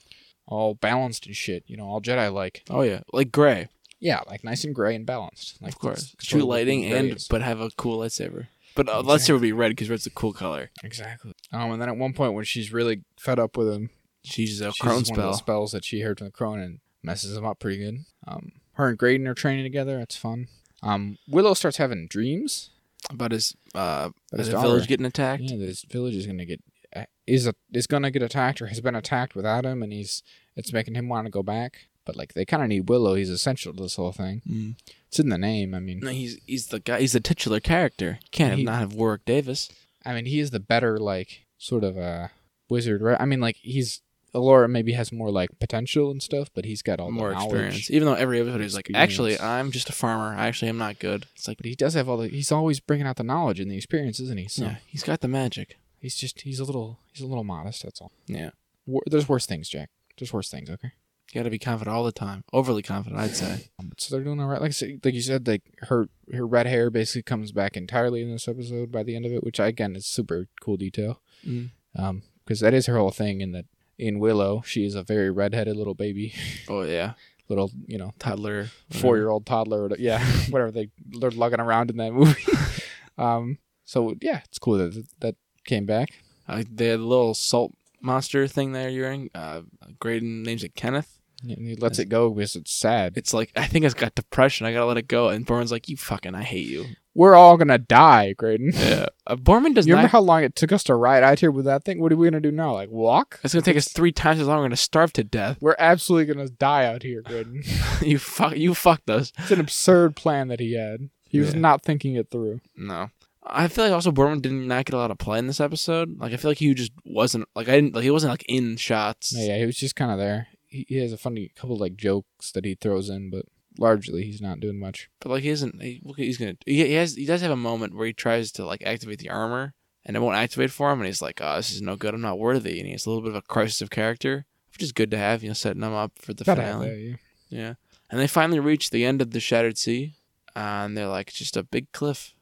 [SPEAKER 2] all balanced and shit. You know, all Jedi like.
[SPEAKER 1] Oh yeah, like gray,
[SPEAKER 2] Yeah, like nice and gray and balanced. Like
[SPEAKER 1] of course.
[SPEAKER 2] that's
[SPEAKER 1] True
[SPEAKER 2] what
[SPEAKER 1] lighting
[SPEAKER 2] gray
[SPEAKER 1] and
[SPEAKER 2] is.
[SPEAKER 1] but have a cool lightsaber. But uh,
[SPEAKER 2] Exactly.
[SPEAKER 1] lightsaber would be red because red's a cool color.
[SPEAKER 2] exactly. Um, and then at one point when she's really fed up with him,
[SPEAKER 1] She's a
[SPEAKER 2] she
[SPEAKER 1] crone
[SPEAKER 2] uses one of
[SPEAKER 1] spell.
[SPEAKER 2] those spells that she heard from the crone and messes him up pretty good. Um, her and Graydon are training together. It's fun. Um, Willow starts having dreams.
[SPEAKER 1] about his uh
[SPEAKER 2] But
[SPEAKER 1] his
[SPEAKER 2] his daughter-
[SPEAKER 1] village getting attacked.
[SPEAKER 2] Yeah, this village is gonna get uh, is a, is gonna get attacked or has been attacked without him, and he's it's making him want to go back. But like they kind of need Willow. He's essential to this whole thing.
[SPEAKER 1] Mm.
[SPEAKER 2] It's in the name. I mean,
[SPEAKER 1] No, he's he's the guy. He's the titular character. Can't have
[SPEAKER 2] He-
[SPEAKER 1] not have Warwick Davis.
[SPEAKER 2] I mean he is the better like sort of uh, wizard, right? I mean like he's Alora maybe has more like potential and stuff, but he's got all
[SPEAKER 1] more
[SPEAKER 2] the knowledge.
[SPEAKER 1] experience. Even though every episode he's like, actually,
[SPEAKER 2] Experience.
[SPEAKER 1] I'm just a farmer. I actually am not good. It's like,
[SPEAKER 2] But he does have all the. He's always bringing out the knowledge and the experience, isn't he? So
[SPEAKER 1] yeah, he's got the magic.
[SPEAKER 2] he's just he's a little he's a little modest. That's all.
[SPEAKER 1] Yeah,
[SPEAKER 2] Wor- there's worse things, Jack. There's worse things. Okay.
[SPEAKER 1] got to be confident all the time. Overly confident, I'd
[SPEAKER 2] (laughs)
[SPEAKER 1] say.
[SPEAKER 2] Um, So they're doing all right. Like I said, like you said, like her her red hair basically comes back entirely in this episode by the end of it, which again is super cool detail.
[SPEAKER 1] Mm.
[SPEAKER 2] Um, because that is her whole thing. In that in Willow, she is a very redheaded little baby, (laughs)
[SPEAKER 1] Oh yeah,
[SPEAKER 2] little you know
[SPEAKER 1] toddler,
[SPEAKER 2] four year old toddler. Or,
[SPEAKER 1] (laughs)
[SPEAKER 2] yeah, (laughs) whatever they they're lugging around in that movie. (laughs) um, so yeah, it's cool that that came back.
[SPEAKER 1] Uh, the little salt monster thing there you're in. Uh, Graydon names it Kenneth.
[SPEAKER 2] And he lets it go because it's sad.
[SPEAKER 1] It's like I think it's got depression. I gotta let it go. And Borman's like, you fucking, I hate you.
[SPEAKER 2] We're all gonna die, Graydon.
[SPEAKER 1] Yeah, uh, Borman does
[SPEAKER 2] You remember
[SPEAKER 1] not.
[SPEAKER 2] how long it took us to ride out here with that thing? What are we gonna do now? Like walk?
[SPEAKER 1] It's gonna take us three times as long. We're gonna starve to death.
[SPEAKER 2] We're absolutely gonna die out here,
[SPEAKER 1] (laughs)
[SPEAKER 2] Graydon.
[SPEAKER 1] you fuck. You fucked us.
[SPEAKER 2] it's an absurd plan that he had. He was
[SPEAKER 1] Yeah.
[SPEAKER 2] not thinking it through.
[SPEAKER 1] No. I feel like also Borman did not get a lot of play in this episode. Like I feel like he just wasn't like I didn't like he wasn't like in shots.
[SPEAKER 2] No, yeah, he was just kind of there. He, he has a funny couple like jokes that he throws in, but largely he's not doing much.
[SPEAKER 1] But like he isn't. He, look, he's gonna. He, he has. He does have a moment where he tries to like activate the armor, and it won't activate for him, and he's like, "Oh, this is no good. I'm not worthy." And he has a little bit of a crisis of character, which is good to have. You know, setting him up for the
[SPEAKER 2] Gotta have
[SPEAKER 1] finale.
[SPEAKER 2] that, yeah.
[SPEAKER 1] Yeah. And they finally reach the end of the Shattered Sea, uh, and they're like just a big cliff.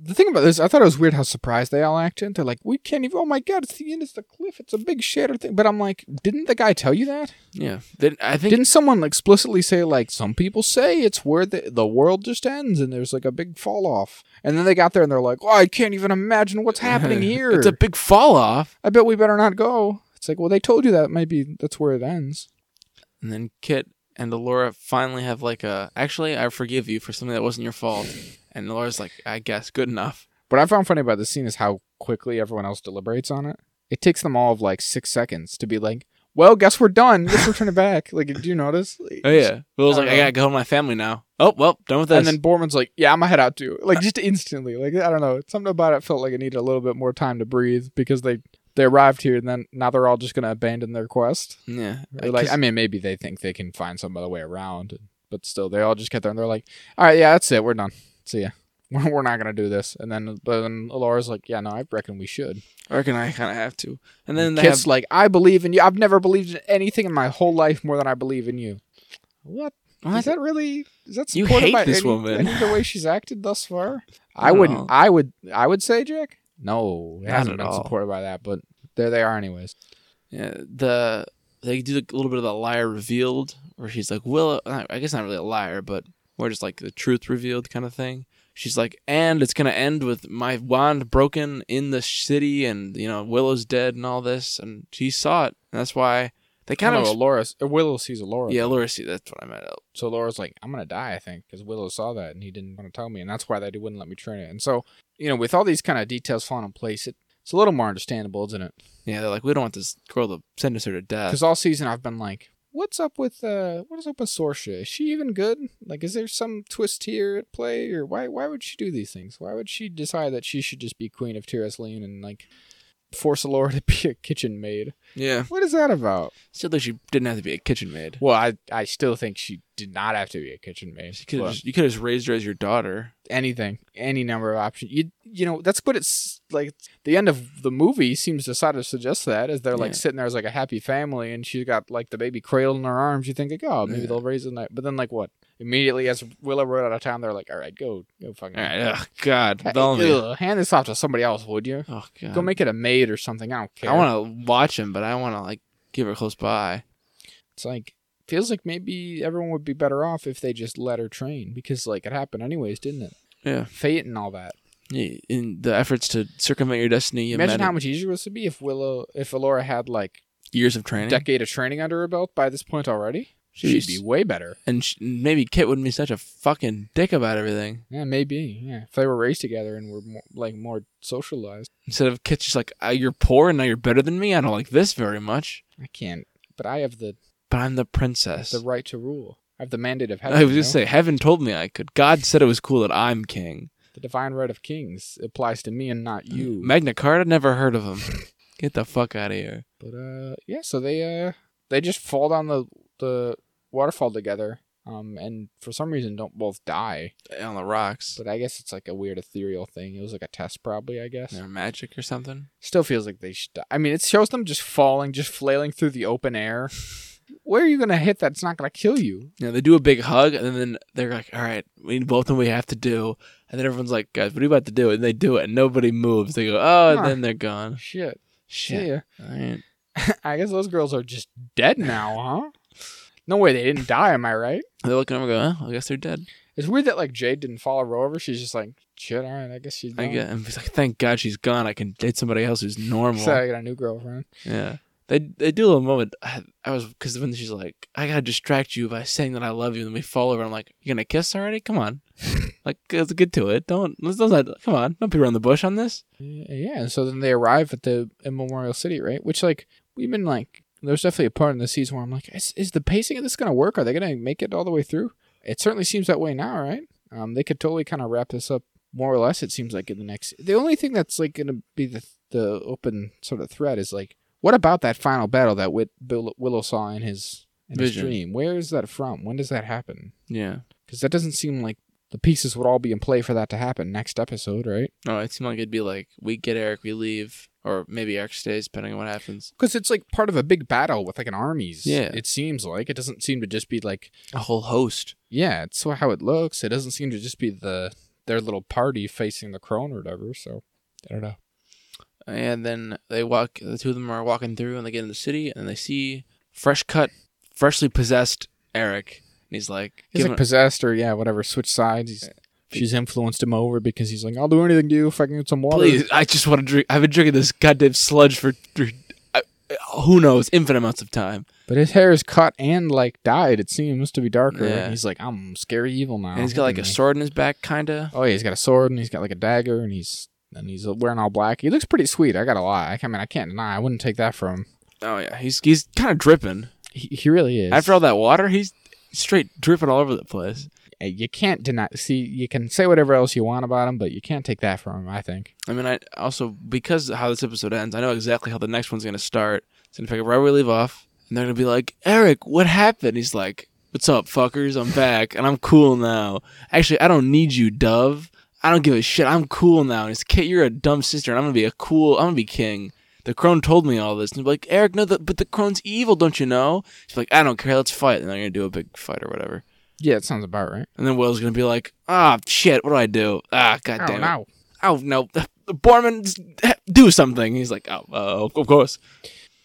[SPEAKER 2] The thing about this, I thought it was weird how surprised they all acted. They're like, "We can't even." Oh my god, it's the end. It's the cliff. It's a big shattered thing. But I'm like, didn't the guy tell you that?
[SPEAKER 1] Yeah. Then I think
[SPEAKER 2] Didn't someone explicitly say like some people say it's where the, the world just ends and there's like a big fall off? And then they got there and they're like, "Oh, I can't even imagine
[SPEAKER 1] (laughs)
[SPEAKER 2] what's happening here."
[SPEAKER 1] it's a big fall off.
[SPEAKER 2] I bet we better not go. It's like, well, they told you that. Maybe that's where it ends.
[SPEAKER 1] And then Kit and Alora finally have like a actually I forgive you for something that wasn't your fault. (laughs) And Alora's like, I guess good enough.
[SPEAKER 2] What I found funny about this scene is how quickly everyone else deliberates on it. It takes them all of like six seconds to be like, well, guess we're done. Guess we're turning back. Like, do you notice?
[SPEAKER 1] Oh yeah. Will's
[SPEAKER 2] I
[SPEAKER 1] like,
[SPEAKER 2] don't
[SPEAKER 1] I
[SPEAKER 2] know.
[SPEAKER 1] gotta go home to my family now. Oh well, done with this.
[SPEAKER 2] And then Borman's like, yeah, I'm gonna head out too. Like just instantly. Like I don't know. Something about it felt like it needed a little bit more time to breathe because they they arrived here and then now they're all just gonna abandon their quest.
[SPEAKER 1] yeah.
[SPEAKER 2] Or, like I mean, maybe they think they can find some other way around, but still, they all just get there and they're like, all right, yeah, that's it. We're done. See ya. (laughs) We're, we're not gonna do this. And then but then Alora's like, yeah, no, I reckon we should.
[SPEAKER 1] I reckon I kinda have to. And then they
[SPEAKER 2] Kit's
[SPEAKER 1] have
[SPEAKER 2] like, I believe in you. I've never believed in anything in my whole life more than I believe in you. What?
[SPEAKER 1] What?
[SPEAKER 2] Is that really? Is that
[SPEAKER 1] You
[SPEAKER 2] supported
[SPEAKER 1] hate
[SPEAKER 2] by
[SPEAKER 1] this
[SPEAKER 2] any-
[SPEAKER 1] woman.
[SPEAKER 2] Any of the way she's acted thus far,
[SPEAKER 1] I
[SPEAKER 2] I,
[SPEAKER 1] don't
[SPEAKER 2] wouldn't.
[SPEAKER 1] know.
[SPEAKER 2] I would. I would say, Jack. No, it
[SPEAKER 1] Not
[SPEAKER 2] hasn't
[SPEAKER 1] at
[SPEAKER 2] been
[SPEAKER 1] all.
[SPEAKER 2] supported by that. But there they are, anyways.
[SPEAKER 1] yeah, the they do a little bit of the liar revealed where she's like, Willow I guess not really a liar, but more just like the truth revealed kind of thing. She's like, and it's gonna end with my wand broken in the city, and you know Willow's dead and all this, and she saw it, and that's why they kind
[SPEAKER 2] No,
[SPEAKER 1] of
[SPEAKER 2] Alora. Willow sees Alora.
[SPEAKER 1] Yeah, Laura see that's what I meant.
[SPEAKER 2] So Laura's like, I'm gonna die, I think, because Willow saw that and he didn't want to tell me, and that's why they wouldn't let me train it. And so, you know, with all these kind of details falling in place, it, it's a little more understandable, isn't it?
[SPEAKER 1] Yeah, they're like, we don't want this girl to sentence her to death.
[SPEAKER 2] Because all season I've been like, what's up with uh, what is up with Sorsha? Is she even good? Like, is there some twist here at play, or why why would she do these things? Why would she decide that she should just be queen of Tiras Lean and like force Alora (laughs) to be a kitchen maid?
[SPEAKER 1] Yeah,
[SPEAKER 2] What is that about?
[SPEAKER 1] still think she didn't have to be a kitchen maid.
[SPEAKER 2] Well, I I still think she did not have to be a kitchen maid.
[SPEAKER 1] She could
[SPEAKER 2] but-
[SPEAKER 1] have you could have just raised her as your daughter.
[SPEAKER 2] anything, any number of options. You you know that's what it's like. The end of the movie seems to sort of suggest that as they're
[SPEAKER 1] Yeah.
[SPEAKER 2] like sitting there as like a happy family, and she's got like the baby cradled in her arms. You think like, oh, maybe
[SPEAKER 1] Yeah.
[SPEAKER 2] they'll raise it. night. But then like what? Immediately as Willow rode out of town, they're like, all right, go go fucking.
[SPEAKER 1] All right, ugh, God,
[SPEAKER 2] Hey,
[SPEAKER 1] Bellamy.
[SPEAKER 2] ugh, hand this off to somebody else, would you?
[SPEAKER 1] Oh God,
[SPEAKER 2] Go make it a maid or something. I don't care.
[SPEAKER 1] I want to watch him, but I want to like give her close by.
[SPEAKER 2] It's like feels like maybe everyone would be better off if they just let her train because like it happened anyways, didn't it?
[SPEAKER 1] Yeah.
[SPEAKER 2] Fate and all that.
[SPEAKER 1] Y- In the efforts to circumvent your destiny,
[SPEAKER 2] Imagine
[SPEAKER 1] amid
[SPEAKER 2] how much easier it would be if Willow, if Alora had like
[SPEAKER 1] years of
[SPEAKER 2] a
[SPEAKER 1] training,
[SPEAKER 2] decade of training under her belt by this point already.
[SPEAKER 1] She's-
[SPEAKER 2] She'd be way better.
[SPEAKER 1] and sh- maybe Kit wouldn't be such a fucking dick about everything.
[SPEAKER 2] Yeah, maybe. Yeah, if they were raised together and were more, like more socialized.
[SPEAKER 1] Instead of Kit's just like, "Ah, "You're poor and now you're better than me. I don't like this very much,
[SPEAKER 2] I can't, but I have the
[SPEAKER 1] but I'm the (laughs) princess."
[SPEAKER 2] the right to rule. I have the mandate of heaven.
[SPEAKER 1] I was
[SPEAKER 2] you
[SPEAKER 1] gonna
[SPEAKER 2] know?
[SPEAKER 1] say, heaven told me I could. God said it was cool that I'm king.
[SPEAKER 2] the divine right of kings applies to me and not
[SPEAKER 1] Mm,
[SPEAKER 2] you.
[SPEAKER 1] Magna Carta, never heard of him.
[SPEAKER 2] (laughs)
[SPEAKER 1] Get the fuck out of here.
[SPEAKER 2] But uh, yeah, so they uh, they just fall down the the waterfall together. Um, and for some reason don't both die.
[SPEAKER 1] On the rocks.
[SPEAKER 2] But I guess it's like a weird ethereal thing. It was like a test, probably. I guess.
[SPEAKER 1] They're magic or something.
[SPEAKER 2] Still feels like they should. die. I mean, it shows them just falling, just flailing through the open air. Where are you gonna hit that's not gonna kill you?
[SPEAKER 1] You know, they do a big hug and then they're like, all right, we both know what we have to do. And then everyone's like, guys, what are you about to do? And they do it and nobody moves. They go, oh, and
[SPEAKER 2] Huh.
[SPEAKER 1] then they're gone.
[SPEAKER 2] Shit.
[SPEAKER 1] Shit.
[SPEAKER 2] Yeah.
[SPEAKER 1] All right.
[SPEAKER 2] (laughs) I guess those girls are just dead now, huh? No way, they didn't die. Am I right?
[SPEAKER 1] They're looking over and go, oh, I guess they're dead.
[SPEAKER 2] It's weird that like Jade didn't follow her over. She's just like, shit. All right, I guess she's.
[SPEAKER 1] I
[SPEAKER 2] Done.
[SPEAKER 1] guess, and he's like, thank God she's gone. I can date somebody else who's normal.
[SPEAKER 2] So I got a new girlfriend.
[SPEAKER 1] Yeah. They they do a little moment. I, I was because when she's like, I gotta distract you by saying that I love you, and then we fall over. I'm like, you gonna kiss already? Come on, like let's get to it. Don't let's, let's not, come on. Don't be around the bush on this.
[SPEAKER 2] Uh, Yeah, and so then they arrive at the in Memorial City, right? Which like we've been like, there's definitely a part in the season where I'm like, is, is the pacing of this gonna work? Are they gonna make it all the way through? It certainly seems that way now, right? Um, they could totally kind of wrap this up more or less. It seems like in the next. The only thing that's like gonna be the the open sort of thread is like, what about that final battle that Whit, Bill, Willow saw in his in his
[SPEAKER 1] Vision.
[SPEAKER 2] dream? Where is that from? When does that happen?
[SPEAKER 1] Yeah.
[SPEAKER 2] Because that doesn't seem like the pieces would all be in play for that to happen next episode, right?
[SPEAKER 1] No, it seemed like it'd be like we get Eric, we leave, or maybe Eric stays, depending on what happens.
[SPEAKER 2] because it's like part of a big battle with like an armies.
[SPEAKER 1] Yeah.
[SPEAKER 2] it seems like it doesn't seem to just be like
[SPEAKER 1] A whole host.
[SPEAKER 2] yeah, it's so how it looks. It doesn't seem to just be the their little party facing the crone or whatever. So I don't know.
[SPEAKER 1] And then they walk. The two of them are walking through, and they get in the city, and they see fresh cut, freshly possessed Eric, and he's like,
[SPEAKER 2] He's
[SPEAKER 1] giving-
[SPEAKER 2] like possessed or yeah, whatever. Switch sides. He's, she's influenced him over because he's like, I'll do anything to you if I can get some water.
[SPEAKER 1] Please, I just want to drink. I've been drinking this goddamn sludge for three, I, who knows, infinite amounts of time.
[SPEAKER 2] But his hair is cut and like dyed. It seems to be darker.
[SPEAKER 1] Yeah.
[SPEAKER 2] And he's like, I'm scary evil now.
[SPEAKER 1] and he's got like a
[SPEAKER 2] And he-
[SPEAKER 1] sword in his back, kinda.
[SPEAKER 2] Oh yeah, he's got a sword and he's got like a dagger and he's and he's wearing all black. He looks pretty sweet. I gotta lie. I mean, I can't deny. I wouldn't take that from him.
[SPEAKER 1] Oh yeah, he's he's kind of dripping.
[SPEAKER 2] He, he really is.
[SPEAKER 1] After all that water, he's straight dripping all over the place.
[SPEAKER 2] Uh, you can't deny. See, you can say whatever else you want about him, but you can't take that from him. I think.
[SPEAKER 1] I mean, I also because of how this episode ends, I know exactly how the next one's gonna start. It's gonna pick up right where we leave off, and they're gonna be like, "Eric, what happened?" He's like, "What's up, fuckers? I'm back, and I'm cool now. Actually, I don't need you, Dove. I don't give a shit. I'm cool now." And it's Kit, you're a dumb sister, and I'm gonna be a cool. I'm gonna be king. The crone told me all this, and they're like, "Eric, no, the, but the crone's evil, don't you know?" She's like, "I don't care. Let's fight." And they're gonna do a big fight or whatever.
[SPEAKER 2] Yeah, it sounds about right.
[SPEAKER 1] And then Will's gonna be like, "Ah, shit. What do I do? Ah,
[SPEAKER 2] I
[SPEAKER 1] goddamn
[SPEAKER 2] don't
[SPEAKER 1] it."
[SPEAKER 2] know.
[SPEAKER 1] oh no, Borman, s- do something. He's like, oh, uh, of course.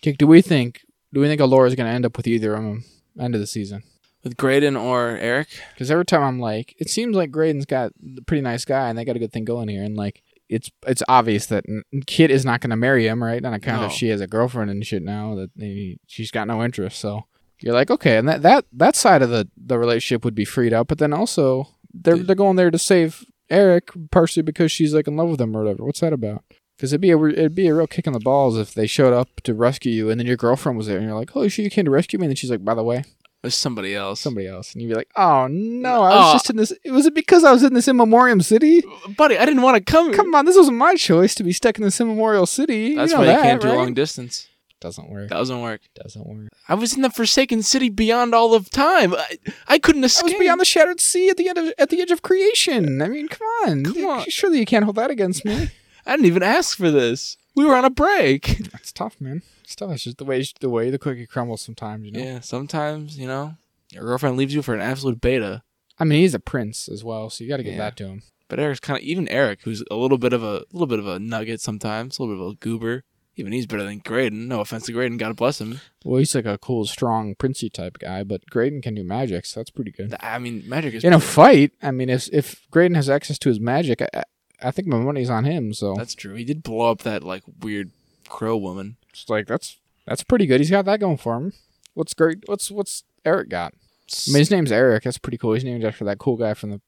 [SPEAKER 2] Jake, do we think? Do we think Alora's gonna end up with either of them end of the season?
[SPEAKER 1] With Graydon or Eric,
[SPEAKER 2] Because every time I'm like, it seems like Graydon's got a pretty nice guy and they got a good thing going here, and like. It's it's obvious that n- Kit is not going to marry him, right? On account
[SPEAKER 1] No.
[SPEAKER 2] of she has a girlfriend and shit now that he, she's got no interest. So you're like, okay, and that, that that side of the the relationship would be freed up. But then also they're
[SPEAKER 1] Dude.
[SPEAKER 2] they're going there to save Eric partially because she's like in love with him or whatever. What's that about? Because it'd be a re- it'd be a real kick in the balls if they showed up to rescue you and then your girlfriend was there and you're like, holy shit, you came to rescue me, and then she's like, by the way,
[SPEAKER 1] with somebody else.
[SPEAKER 2] somebody else, and you'd be like, oh no, I was
[SPEAKER 1] Aw.
[SPEAKER 2] just in this. It was it because I was in this in memoriam city.
[SPEAKER 1] Buddy, I didn't want to come.
[SPEAKER 2] Come on, this wasn't my choice to be stuck in this in memorial city.
[SPEAKER 1] That's
[SPEAKER 2] you know
[SPEAKER 1] why
[SPEAKER 2] that,
[SPEAKER 1] you can't
[SPEAKER 2] right?
[SPEAKER 1] do long distance.
[SPEAKER 2] Doesn't work.
[SPEAKER 1] That doesn't work.
[SPEAKER 2] Doesn't work.
[SPEAKER 1] I was in the forsaken city beyond all of time. I, I couldn't
[SPEAKER 2] I
[SPEAKER 1] escape.
[SPEAKER 2] was beyond the shattered sea at the end of at the edge of creation. I mean, come on,
[SPEAKER 1] Come on.
[SPEAKER 2] surely you can't hold that against me.
[SPEAKER 1] I didn't even ask for this. We were on a break.
[SPEAKER 2] (laughs) That's tough, man. It's tough. It's just the way the way the cookie crumbles sometimes, you know.
[SPEAKER 1] Yeah, sometimes you know your girlfriend leaves you for an absolute beta.
[SPEAKER 2] I mean, he's a prince as well, so you got to give
[SPEAKER 1] Yeah.
[SPEAKER 2] that to him.
[SPEAKER 1] But Eric's kind of even Eric, who's a little bit of a little bit of a nugget sometimes, a little bit of a goober. Even he's better than Graydon. No offense to Graydon. God bless him.
[SPEAKER 2] Well, he's like a cool, strong, princey type guy, but Graydon can do magic, so that's pretty good.
[SPEAKER 1] Th- I mean, Magic is.
[SPEAKER 2] In a fight, I mean, if if Graydon has access to his magic, I, I- I think my money's on him. So
[SPEAKER 1] that's true. He did blow up that like weird crow woman.
[SPEAKER 2] it's like that's that's pretty good. He's got that going for him. What's great? What's what's Eric got? I mean, his name's Eric. That's pretty cool. He's named after that cool guy from the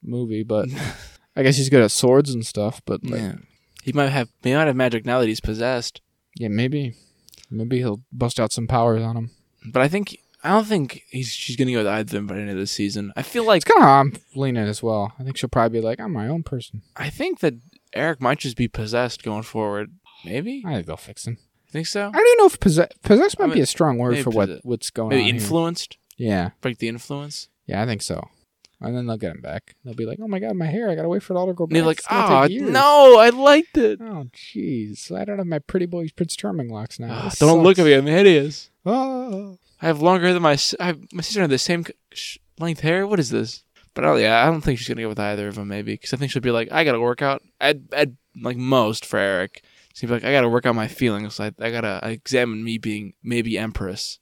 [SPEAKER 1] (laughs)
[SPEAKER 2] movie, but I guess he's good at swords and stuff. But like, yeah.
[SPEAKER 1] Yeah. He might have he might have magic now that he's possessed.
[SPEAKER 2] maybe maybe he'll bust out some powers on him.
[SPEAKER 1] But I think I don't think he's she's gonna go with either of them by the end of this season. I feel like
[SPEAKER 2] It's kind of how I'm leaning as well. I think she'll probably be like, I'm my own person.
[SPEAKER 1] I think that Eric might just be possessed going forward. Maybe
[SPEAKER 2] I think they'll fix him.
[SPEAKER 1] think so.
[SPEAKER 2] I don't even know if possess, possess might
[SPEAKER 1] I
[SPEAKER 2] be
[SPEAKER 1] mean,
[SPEAKER 2] a strong word
[SPEAKER 1] maybe
[SPEAKER 2] for what,
[SPEAKER 1] possess-
[SPEAKER 2] what's going
[SPEAKER 1] Maybe
[SPEAKER 2] on. here.
[SPEAKER 1] influenced.
[SPEAKER 2] Yeah,
[SPEAKER 1] Break the influence.
[SPEAKER 2] yeah, I think so. And then they'll get him back. They'll be like, "Oh my god, my hair! I gotta wait for it all to grow
[SPEAKER 1] And
[SPEAKER 2] back."
[SPEAKER 1] they're like,
[SPEAKER 2] It's gonna
[SPEAKER 1] ah,
[SPEAKER 2] take years."
[SPEAKER 1] no, I liked it.
[SPEAKER 2] Oh jeez, I don't have my pretty boy Prince Charming locks now.
[SPEAKER 1] Ah,
[SPEAKER 2] This
[SPEAKER 1] don't look at
[SPEAKER 2] Uh, sucks.
[SPEAKER 1] me. I'm hideous.
[SPEAKER 2] Oh.
[SPEAKER 1] I have longer than my s- I, my sister had the same c- sh- length hair. What is this? But I, yeah, I don't think she's gonna go with either of them. Maybe because I think she'll be like, I gotta work out. At at like most for Eric, she'd be like, I gotta work out my feelings. I I gotta I examine me being maybe empress.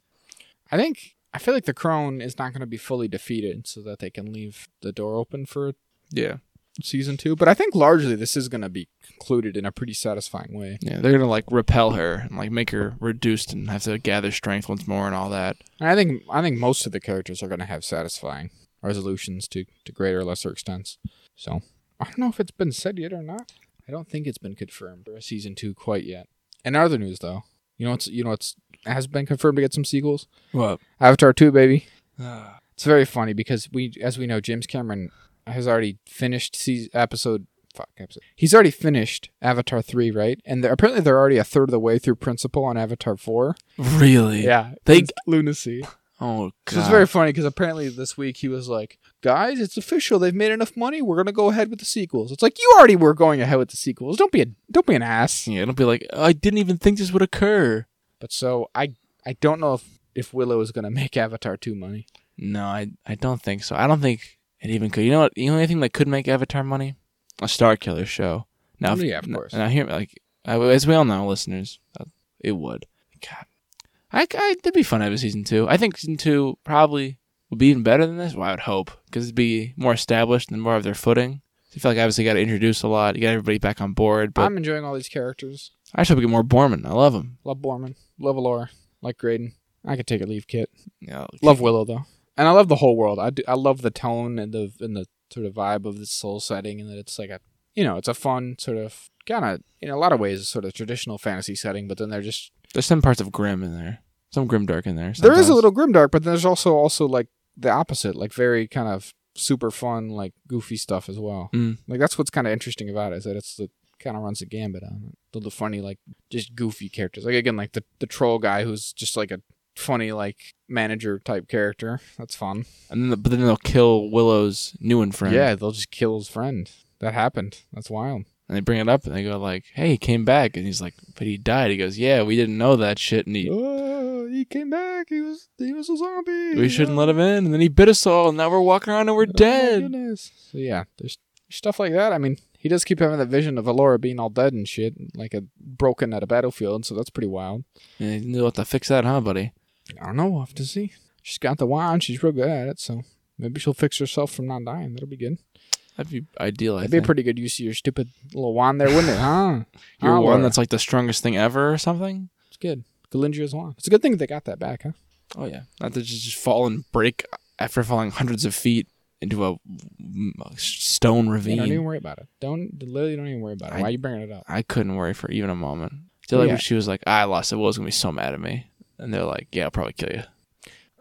[SPEAKER 2] I think I feel like the crone is not going to be fully defeated, so that they can leave the door open for
[SPEAKER 1] Yeah,
[SPEAKER 2] season two. But I think largely this is going to be concluded in a pretty satisfying way.
[SPEAKER 1] yeah. They're gonna like repel her and like make her reduced and have to gather strength once more and all that.
[SPEAKER 2] And I think I think most of the characters are going to have satisfying resolutions to to greater or lesser extents. So I don't know if it's been said yet or not. I don't think it's been confirmed for season two quite yet. In other news, though, you know what's you know what's has been confirmed to get some sequels.
[SPEAKER 1] What?
[SPEAKER 2] Avatar two, baby. It's very funny because we, as we know, James Cameron has already finished season, episode. Fuck episode. He's already finished Avatar three, right? And they're, apparently they're already a third of the way through Principle on Avatar four.
[SPEAKER 1] (sighs) really?
[SPEAKER 2] Yeah,
[SPEAKER 1] They-
[SPEAKER 2] it's lunacy.
[SPEAKER 1] Oh god.
[SPEAKER 2] So it's very funny because apparently this week he was like, "Guys, it's official. They've made enough money. We're gonna go ahead with the sequels." It's like you already were going ahead with the sequels. Don't be a don't be an ass.
[SPEAKER 1] Yeah, it'll be like I didn't even think this would occur.
[SPEAKER 2] But so I I don't know if if Willow is gonna (laughs) make Avatar two money.
[SPEAKER 1] No, I I don't think so. I don't think it even could. You know what? The only thing that could make Avatar money, a Star Killer show. Now,
[SPEAKER 2] Oh, yeah, of
[SPEAKER 1] n-
[SPEAKER 2] course.
[SPEAKER 1] Now here, like I- as we all know, listeners, uh, it would. God, I, I that'd be fun to have a season two. I think season two probably would be even better than this. Well, I would hope because it'd be more established and more of their footing. I feel like obviously got to introduce a lot, you got everybody back on board. But
[SPEAKER 2] I'm enjoying all these characters.
[SPEAKER 1] I just hope we get more Borman. I love him.
[SPEAKER 2] Love Borman. Love Alora. Like Graydon. I could take or leave Kit.
[SPEAKER 1] Yeah,
[SPEAKER 2] Love Willow though, and I love the whole world. I do, I love the tone and the and the sort of vibe of the soul setting, and that it's like a you know it's a fun sort of kind of in a lot of ways sort of traditional fantasy setting, but then they're just
[SPEAKER 1] There's some parts of Grim in there. Some Grimdark in there.
[SPEAKER 2] there is a
[SPEAKER 1] sometimes.
[SPEAKER 2] little grimdark, but there's also also like the opposite, like very kind of super fun, like goofy stuff as well.
[SPEAKER 1] Mm.
[SPEAKER 2] Like that's what's kind of interesting about it is that it's the kind of runs the gambit on it. The, the funny like just goofy characters. Like again, like the the troll guy who's just like a funny like manager type character. That's fun.
[SPEAKER 1] And then, but then they'll kill Willow's new and friend.
[SPEAKER 2] Yeah, they'll just kill his friend. That happened. That's wild.
[SPEAKER 1] And they bring it up and they go like, "Hey, he came back," and he's like, "But he died." He goes, "Yeah, we didn't know that shit, and he,
[SPEAKER 2] Oh, he came back. He was he was a zombie.
[SPEAKER 1] we shouldn't let him in." And then he bit us all, and now we're walking around and
[SPEAKER 2] Oh
[SPEAKER 1] we're dead.
[SPEAKER 2] So yeah, there's stuff like that. I mean, he does keep having that vision of Alora being all dead and shit, like a broken at a battlefield. So that's pretty wild.
[SPEAKER 1] And you know what to fix that, huh, buddy?
[SPEAKER 2] I don't know. We'll have to see. She's got the wand. She's real good at it. So maybe she'll fix herself from not dying. That'll be good.
[SPEAKER 1] That'd be ideal. I
[SPEAKER 2] That'd be a
[SPEAKER 1] think.
[SPEAKER 2] pretty good use of your stupid little wand there, wouldn't it? (laughs) Huh?
[SPEAKER 1] You're
[SPEAKER 2] Alora.
[SPEAKER 1] one that's like the strongest thing ever, or something.
[SPEAKER 2] it's good. Galindria's wand. It's a good thing they got that back, huh?
[SPEAKER 1] Oh yeah, not to just just fall and break after falling hundreds of feet into a mm, a stone
[SPEAKER 2] Yeah, don't even
[SPEAKER 1] ravine.
[SPEAKER 2] worry about it. Don't literally don't even worry about it.
[SPEAKER 1] I-
[SPEAKER 2] Why are you bringing it up?
[SPEAKER 1] I couldn't worry for even a moment. They're like,
[SPEAKER 2] Yeah.
[SPEAKER 1] she was like, "I lost it. Willow's gonna be so mad at me," and they're like, "Yeah, I'll probably kill you."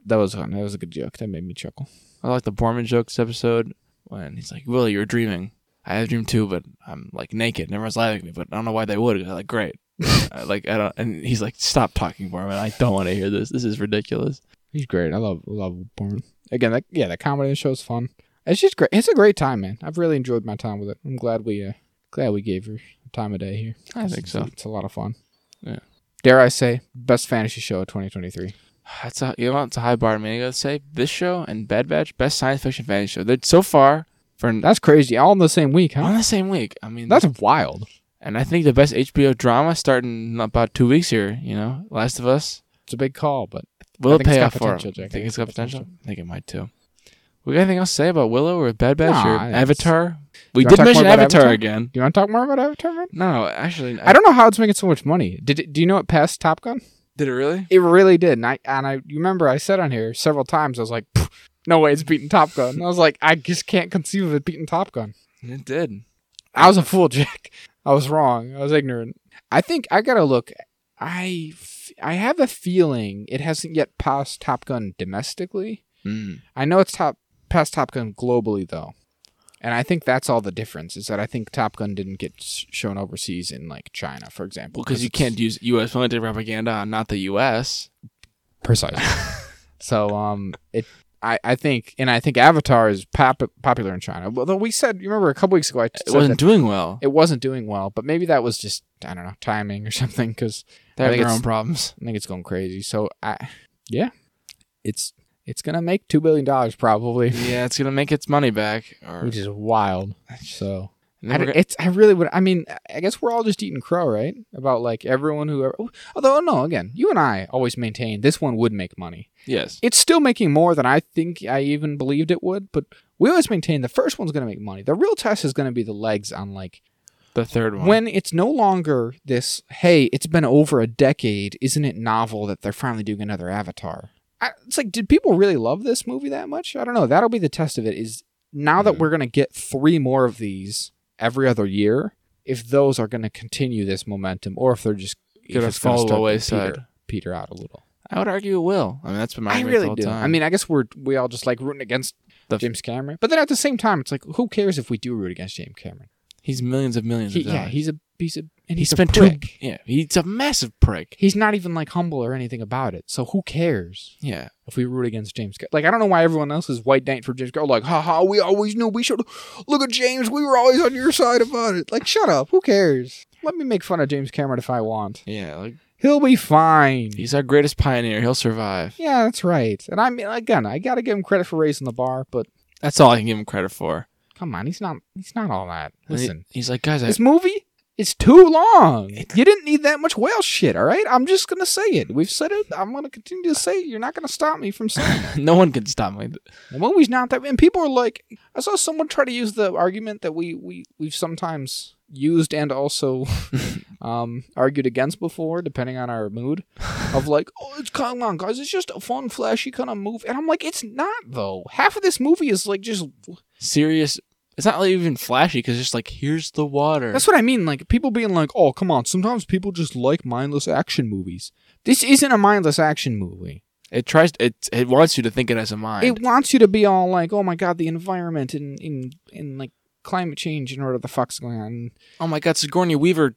[SPEAKER 2] That was fun. That was a good joke. That made me chuckle.
[SPEAKER 1] I like the Borman jokes episode when he's like, Willie, you're dreaming. I have dreamed too, but I'm like naked and everyone's laughing at me, but I don't know why they would. They're like, great. I, like, I don't, and he's like, stop talking, Borman. I don't want to hear this. This is ridiculous.
[SPEAKER 2] He's great. I love love Born. Again, that yeah, the comedy in the show is fun. It's just great. It's a great time, man. I've really enjoyed my time with it. I'm glad we uh, glad we gave her time of day here.
[SPEAKER 1] I think
[SPEAKER 2] It's-
[SPEAKER 1] so.
[SPEAKER 2] It's a lot of fun.
[SPEAKER 1] Yeah.
[SPEAKER 2] Dare I say, best fantasy show of 2023.
[SPEAKER 1] That's a, you know, it's a high bar, man. You gotta say this show and Bad Batch, best science fiction fan show. They're so far for
[SPEAKER 2] That's crazy. All in the same week,
[SPEAKER 1] on
[SPEAKER 2] huh?
[SPEAKER 1] the same week. I mean,
[SPEAKER 2] That's wild.
[SPEAKER 1] And I think the best HBO drama starting in about two weeks here. You know, Last of Us
[SPEAKER 2] It's a big call, but
[SPEAKER 1] will
[SPEAKER 2] I
[SPEAKER 1] it
[SPEAKER 2] think it's
[SPEAKER 1] pay
[SPEAKER 2] got
[SPEAKER 1] off for
[SPEAKER 2] potential,
[SPEAKER 1] him.
[SPEAKER 2] Jake. I
[SPEAKER 1] Think
[SPEAKER 2] think
[SPEAKER 1] it's
[SPEAKER 2] it's
[SPEAKER 1] got
[SPEAKER 2] got
[SPEAKER 1] potential. I think it might too. We got anything else to say about Willow or Bad Batch
[SPEAKER 2] Nah,
[SPEAKER 1] or
[SPEAKER 2] I-
[SPEAKER 1] Avatar? We
[SPEAKER 2] wanna
[SPEAKER 1] did
[SPEAKER 2] talk more
[SPEAKER 1] mention
[SPEAKER 2] about
[SPEAKER 1] Avatar,
[SPEAKER 2] Avatar?
[SPEAKER 1] again.
[SPEAKER 2] do you want to talk more about Avatar, man?
[SPEAKER 1] No, actually,
[SPEAKER 2] I don't know how it's making so much money. Did it, do you know it passed Top Gun?
[SPEAKER 1] Did it really?
[SPEAKER 2] It really did. And I and I you remember I said on here several times I was like, "Pff, no way it's beating Top Gun. And I was like, I just can't conceive of it beating Top Gun.
[SPEAKER 1] It did.
[SPEAKER 2] I was a fool, (laughs) Jack. I was wrong. I was ignorant. I think I gotta look. I f- I have a feeling it hasn't yet passed Top Gun domestically.
[SPEAKER 1] Hmm.
[SPEAKER 2] I know it's top past Top Gun globally though, and I think that's all the difference is that I think Top Gun didn't get s- shown overseas in like China, for example.
[SPEAKER 1] Well, because you (laughs)
[SPEAKER 2] it's-
[SPEAKER 1] can't use U.S. military propaganda on not the U.S.
[SPEAKER 2] precisely. (laughs) so um, it I, I think and I think Avatar is pop- popular in China. Although we said you remember a couple weeks ago I
[SPEAKER 1] It
[SPEAKER 2] said
[SPEAKER 1] wasn't
[SPEAKER 2] that
[SPEAKER 1] doing well.
[SPEAKER 2] it wasn't doing well, but maybe that was just I don't know timing or (laughs) something because
[SPEAKER 1] They have
[SPEAKER 2] think
[SPEAKER 1] their
[SPEAKER 2] it's-
[SPEAKER 1] own problems. (laughs)
[SPEAKER 2] I think it's going crazy. So I, yeah, it's it's gonna make two billion dollars probably,
[SPEAKER 1] yeah, it's gonna make its money back. Or
[SPEAKER 2] which is wild. So
[SPEAKER 1] And
[SPEAKER 2] I
[SPEAKER 1] then we're
[SPEAKER 2] don't, it's I really would. I mean, I guess we're all just eating crow, right? About like everyone who ever. Although no, again, you and I always maintain this one would make money.
[SPEAKER 1] gonna- yes,
[SPEAKER 2] It's still making more than I think I even believed it would, but. We always maintain the first one's going to make money. The real test is going to be the legs on like
[SPEAKER 1] the third one.
[SPEAKER 2] when it's no longer this hey it's been over a decade isn't it novel that they're finally doing another avatar I, it's like did people really love this movie that much i don't know that'll be the test of it is now that
[SPEAKER 1] Mhm.
[SPEAKER 2] we're going to get three more of these every other year if those are going to continue this momentum or if they're just if
[SPEAKER 1] gonna
[SPEAKER 2] it's gonna
[SPEAKER 1] fall
[SPEAKER 2] start to
[SPEAKER 1] wayside.
[SPEAKER 2] peter, peter out a little
[SPEAKER 1] I would argue it will. I mean, that's been my
[SPEAKER 2] i
[SPEAKER 1] argument the
[SPEAKER 2] really
[SPEAKER 1] whole
[SPEAKER 2] do
[SPEAKER 1] time.
[SPEAKER 2] i mean i guess we're we all just like rooting against
[SPEAKER 1] The f-
[SPEAKER 2] james cameron but then at the same time it's like who cares if we do root against james cameron
[SPEAKER 1] he's millions of millions.
[SPEAKER 2] he,
[SPEAKER 1] of dollars.
[SPEAKER 2] yeah he's a he's a and
[SPEAKER 1] he
[SPEAKER 2] he's
[SPEAKER 1] spent
[SPEAKER 2] a prick.
[SPEAKER 1] two. Yeah, he's a massive prick.
[SPEAKER 2] he's not even like humble or anything about it. So who cares
[SPEAKER 1] Yeah,
[SPEAKER 2] if we root against James? Car- like I don't know why everyone else is white knight for James. Car- like, haha, we always knew we should look at James. We were always on your side about it. Like, shut up. Who cares? Let me make fun of James Cameron if I want.
[SPEAKER 1] yeah. Like
[SPEAKER 2] He'll be fine.
[SPEAKER 1] he's our greatest pioneer. He'll survive.
[SPEAKER 2] Yeah, that's right. And I mean, again, I gotta give him credit for raising the bar, but
[SPEAKER 1] That's all I can give him credit for.
[SPEAKER 2] come on, he's not. He's not all that.
[SPEAKER 1] And he-
[SPEAKER 2] Listen,
[SPEAKER 1] he's like, guys, I, (laughs)
[SPEAKER 2] this movie. is too long.
[SPEAKER 1] It's-
[SPEAKER 2] You didn't need that much whale shit, all right? I'm just gonna say it. We've said it. I'm gonna continue to say it. You're not gonna stop me from saying it.
[SPEAKER 1] no one can stop me.
[SPEAKER 2] The movie's not that, and people are like, I saw someone try to use the argument that we we we've sometimes used and also um, argued against before, depending on our mood, of like, oh, it's come on, guys, it's just a fun, flashy kind of movie, and I'm like, it's not though. Half of this movie is like just
[SPEAKER 1] Serious. It's not like even flashy because just like here's the water.
[SPEAKER 2] that's what I mean, like people being like, oh, come on. Sometimes people just like mindless action movies. This isn't a mindless action movie.
[SPEAKER 1] It tries. It it wants you to think it has a mind.
[SPEAKER 2] It wants you to be all like, oh my god, the environment and in in like climate change and whatever the fuck's going on.
[SPEAKER 1] oh my God, Sigourney Weaver,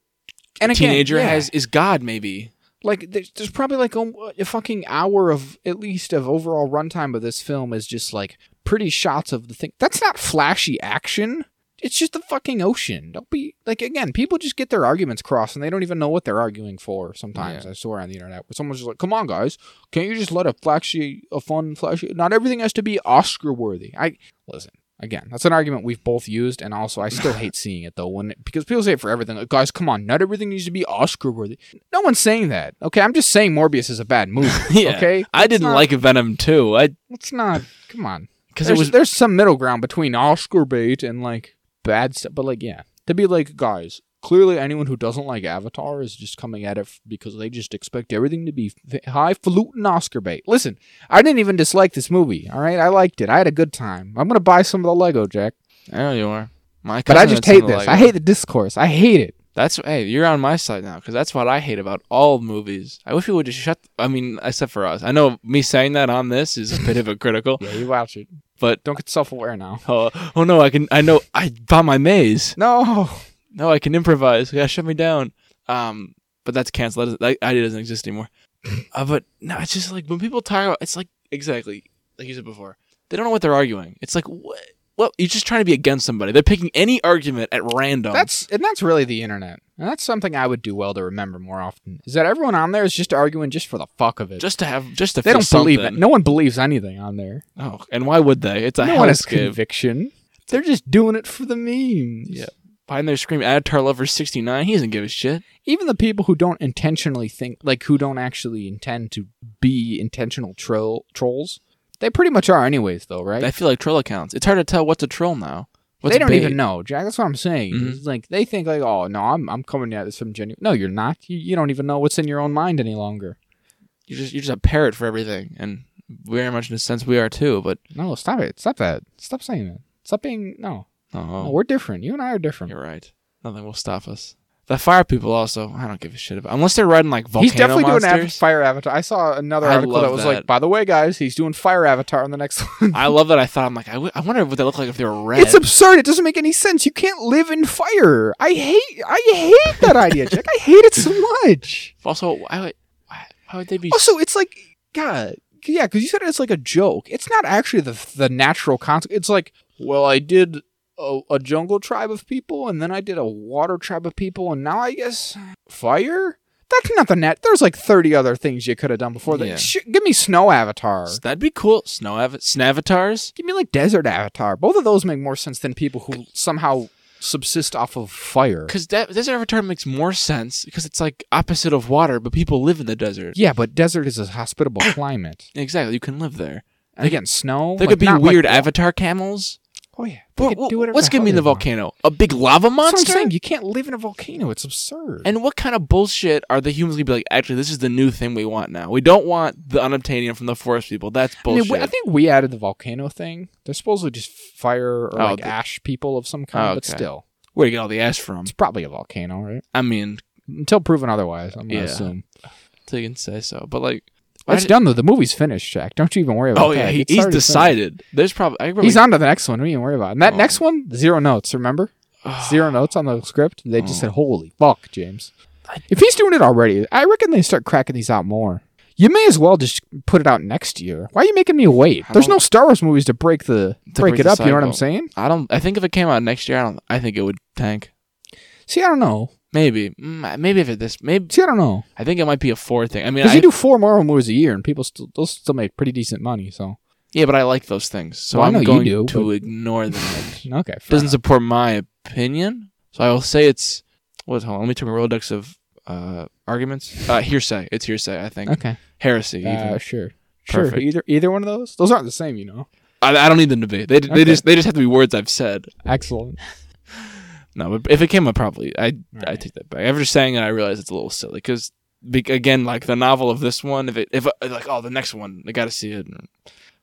[SPEAKER 2] And again,
[SPEAKER 1] teenager,
[SPEAKER 2] yeah,
[SPEAKER 1] has is God maybe. (laughs)
[SPEAKER 2] like there's, there's probably like a, a fucking hour of at least of overall runtime of this film is just like pretty shots of the thing. That's not flashy action. It's just the fucking ocean. Don't be like again. People just get their arguments crossed, and they don't even know what they're arguing for. Sometimes I swear on the internet, where someone's just like, "Come on, guys, can't you just let a flashy, a fun flashy? Not everything has to be Oscar worthy." I listen again. That's an argument we've both used, and also
[SPEAKER 1] (laughs)
[SPEAKER 2] I still hate seeing it though. When because people say it for everything, like, guys, come on, not everything needs to be Oscar worthy. No one's saying that. Okay, I'm just saying Morbius is a bad movie.
[SPEAKER 1] (laughs) Yeah.
[SPEAKER 2] Okay,
[SPEAKER 1] I didn't
[SPEAKER 2] not-
[SPEAKER 1] like Venom too. I
[SPEAKER 2] let's not. Come on.
[SPEAKER 1] because it
[SPEAKER 2] There's,
[SPEAKER 1] was
[SPEAKER 2] there's some middle ground between Oscar bait and like bad stuff, but like yeah, to be like guys, clearly anyone who doesn't like Avatar is just coming at it f- because they just expect everything to be f- highfalutin Oscar bait. Listen, I didn't even dislike this movie. All right, I liked it. I had a good time. I'm gonna buy some of the Lego, Jack.
[SPEAKER 1] I know you are. My
[SPEAKER 2] But I
[SPEAKER 1] cousin had
[SPEAKER 2] just
[SPEAKER 1] some
[SPEAKER 2] hate
[SPEAKER 1] of the
[SPEAKER 2] this.
[SPEAKER 1] Lego.
[SPEAKER 2] I hate the discourse. I hate it.
[SPEAKER 1] That's hey, you're on my side now because that's what I hate about all movies. I wish we would just shut. I mean, except for us. I know me saying that on this is a bit hypocritical,
[SPEAKER 2] Yeah, you watch it.
[SPEAKER 1] but
[SPEAKER 2] Don't get self aware now.
[SPEAKER 1] oh, oh no, I can. I know I found my maze.
[SPEAKER 2] No.
[SPEAKER 1] No, I can improvise. Yeah, shut me down. Um, but that's canceled. That, that idea doesn't exist anymore. Uh, but no, it's just like when people talk about. It's like exactly like you said before. They don't know what they're arguing. It's like what. Well, you're just trying to be against somebody. They're picking any argument at random.
[SPEAKER 2] That's and that's really the internet. And that's something I would do well to remember more often. Is that everyone on there is just arguing just for the fuck of it.
[SPEAKER 1] just to have just to
[SPEAKER 2] they
[SPEAKER 1] feel
[SPEAKER 2] don't believe it.
[SPEAKER 1] something.
[SPEAKER 2] No one believes anything on there.
[SPEAKER 1] Oh, and why would they? It's a
[SPEAKER 2] no
[SPEAKER 1] no
[SPEAKER 2] one has
[SPEAKER 1] hellscape.
[SPEAKER 2] conviction. They're just doing it for the memes.
[SPEAKER 1] Yeah. behind there screaming Avatar Lover 69. He doesn't give a shit.
[SPEAKER 2] even the people who don't intentionally think like who don't actually intend to be intentional troll trolls they pretty much are anyways though right
[SPEAKER 1] I feel like troll accounts. It's hard to tell what's a troll now. What's
[SPEAKER 2] they don't
[SPEAKER 1] bait.
[SPEAKER 2] even know jack that's what i'm saying
[SPEAKER 1] Mhm.
[SPEAKER 2] It's like they think like oh no i'm, I'm coming at this from genuine no you're not you, you don't even know what's in your own mind any longer
[SPEAKER 1] You're just you're just a parrot for everything, and very much in a sense we are too. But
[SPEAKER 2] no stop it stop that stop saying that stop being no, no
[SPEAKER 1] oh,
[SPEAKER 2] we're different you and i are different
[SPEAKER 1] you're right. Nothing will stop us. The fire people also. I don't give a shit about unless they're riding like volcano
[SPEAKER 2] He's definitely
[SPEAKER 1] monsters.
[SPEAKER 2] doing av- fire avatar. I saw another
[SPEAKER 1] I
[SPEAKER 2] article
[SPEAKER 1] love
[SPEAKER 2] that was
[SPEAKER 1] that.
[SPEAKER 2] like, "By the way, guys, he's doing fire avatar on the next (laughs) one."
[SPEAKER 1] I love that. I thought I'm like I, w- I wonder what they look like if they were red.
[SPEAKER 2] It's absurd. It doesn't make any sense. You can't live in fire. I hate I hate that idea, Jack. I hate it so (laughs) much.
[SPEAKER 1] also, why would why, why would they be?
[SPEAKER 2] Also, it's like God, yeah, because you said it's like a joke. It's not actually the the natural consequence. It's like, well, I did a, a jungle tribe of people, and then I did a water tribe of people, and now I guess fire. That's not the net. There's like thirty other things you could have done before that.
[SPEAKER 1] Yeah.
[SPEAKER 2] Sh- give me snow avatar.
[SPEAKER 1] That'd be cool. Snow av- snavatars.
[SPEAKER 2] Give me like desert avatar. Both of those make more sense than people who somehow subsist off of fire.
[SPEAKER 1] Because that desert avatar makes more sense because it's like opposite of water, but people live in the desert.
[SPEAKER 2] Yeah, but desert is
[SPEAKER 1] (coughs)
[SPEAKER 2] a hospitable climate.
[SPEAKER 1] Exactly, you can live there.
[SPEAKER 2] And again, snow.
[SPEAKER 1] There
[SPEAKER 2] like,
[SPEAKER 1] could be
[SPEAKER 2] not like-
[SPEAKER 1] weird avatar camels.
[SPEAKER 2] oh yeah. They
[SPEAKER 1] What,
[SPEAKER 2] could do whatever
[SPEAKER 1] what's
[SPEAKER 2] the hell
[SPEAKER 1] gonna be in
[SPEAKER 2] they
[SPEAKER 1] the
[SPEAKER 2] want.
[SPEAKER 1] volcano? A big lava
[SPEAKER 2] That's what I'm
[SPEAKER 1] monster?
[SPEAKER 2] saying. You can't live in a volcano. It's absurd.
[SPEAKER 1] And what kind of bullshit are the humans gonna be like? Actually, this is the new thing we want now. We don't want the unobtainium from the forest people. That's
[SPEAKER 2] I, mean,
[SPEAKER 1] bullshit.
[SPEAKER 2] we- I think we added the volcano thing. They're supposedly just fire or
[SPEAKER 1] Oh,
[SPEAKER 2] like
[SPEAKER 1] the-
[SPEAKER 2] ash people of some kind, but
[SPEAKER 1] Okay.
[SPEAKER 2] still,
[SPEAKER 1] Where do you get all the ash from?
[SPEAKER 2] it's probably a volcano, right?
[SPEAKER 1] I mean,
[SPEAKER 2] Until proven otherwise, I'm gonna
[SPEAKER 1] Yeah.
[SPEAKER 2] assume.
[SPEAKER 1] so you can say so, but like, why
[SPEAKER 2] It's
[SPEAKER 1] did-
[SPEAKER 2] done though. The movie's finished, Jack. Don't you even worry about
[SPEAKER 1] oh
[SPEAKER 2] that.
[SPEAKER 1] yeah, he,
[SPEAKER 2] It's
[SPEAKER 1] he's
[SPEAKER 2] already finished.
[SPEAKER 1] decided. There's probably, I probably
[SPEAKER 2] He's on to the next one. What do you worry about? And that
[SPEAKER 1] Oh.
[SPEAKER 2] next one, zero notes. Remember, zero notes on the script. They just
[SPEAKER 1] Oh.
[SPEAKER 2] said, "Holy fuck, James!"
[SPEAKER 1] I-
[SPEAKER 2] If he's doing it already, I reckon they start cracking these out more. You may as well just put it out next year. Why are you making me wait?
[SPEAKER 1] I
[SPEAKER 2] There's
[SPEAKER 1] don't-
[SPEAKER 2] no Star Wars movies to break the
[SPEAKER 1] To
[SPEAKER 2] break,
[SPEAKER 1] break
[SPEAKER 2] it
[SPEAKER 1] the
[SPEAKER 2] up. You know what I'm
[SPEAKER 1] cycle.
[SPEAKER 2] saying?
[SPEAKER 1] I don't. I think if it came out next year, I don't. I think it would tank.
[SPEAKER 2] See, I don't know.
[SPEAKER 1] Maybe, mm, maybe if it this, maybe
[SPEAKER 2] See, I don't know.
[SPEAKER 1] I think it might be a four thing. I mean,
[SPEAKER 2] Because
[SPEAKER 1] I,
[SPEAKER 2] you do four Marvel movies a year, and people still they'll still make pretty decent money. So
[SPEAKER 1] yeah, but I like those things, so
[SPEAKER 2] Well, I
[SPEAKER 1] I'm
[SPEAKER 2] know you
[SPEAKER 1] going
[SPEAKER 2] do,
[SPEAKER 1] to
[SPEAKER 2] but-
[SPEAKER 1] ignore (laughs) them.
[SPEAKER 2] okay, fair
[SPEAKER 1] doesn't
[SPEAKER 2] enough.
[SPEAKER 1] support my opinion, so I will say it's. What? Hold on. Let me take my Rolodex of uh, arguments. Uh, hearsay. It's hearsay. I think
[SPEAKER 2] okay,
[SPEAKER 1] heresy. Even.
[SPEAKER 2] uh, sure, sure.
[SPEAKER 1] Perfect.
[SPEAKER 2] Either either one of those. Those aren't the same, you know.
[SPEAKER 1] I, I don't need them to be. They, d- they
[SPEAKER 2] Okay.
[SPEAKER 1] just they just have to be words I've said.
[SPEAKER 2] Excellent.
[SPEAKER 1] No, but if it came up probably, I I
[SPEAKER 2] Right.
[SPEAKER 1] take that back. After saying it, I realize it's a little silly because again, like the novel of this one, if it if uh, like oh the next one, I got to see it.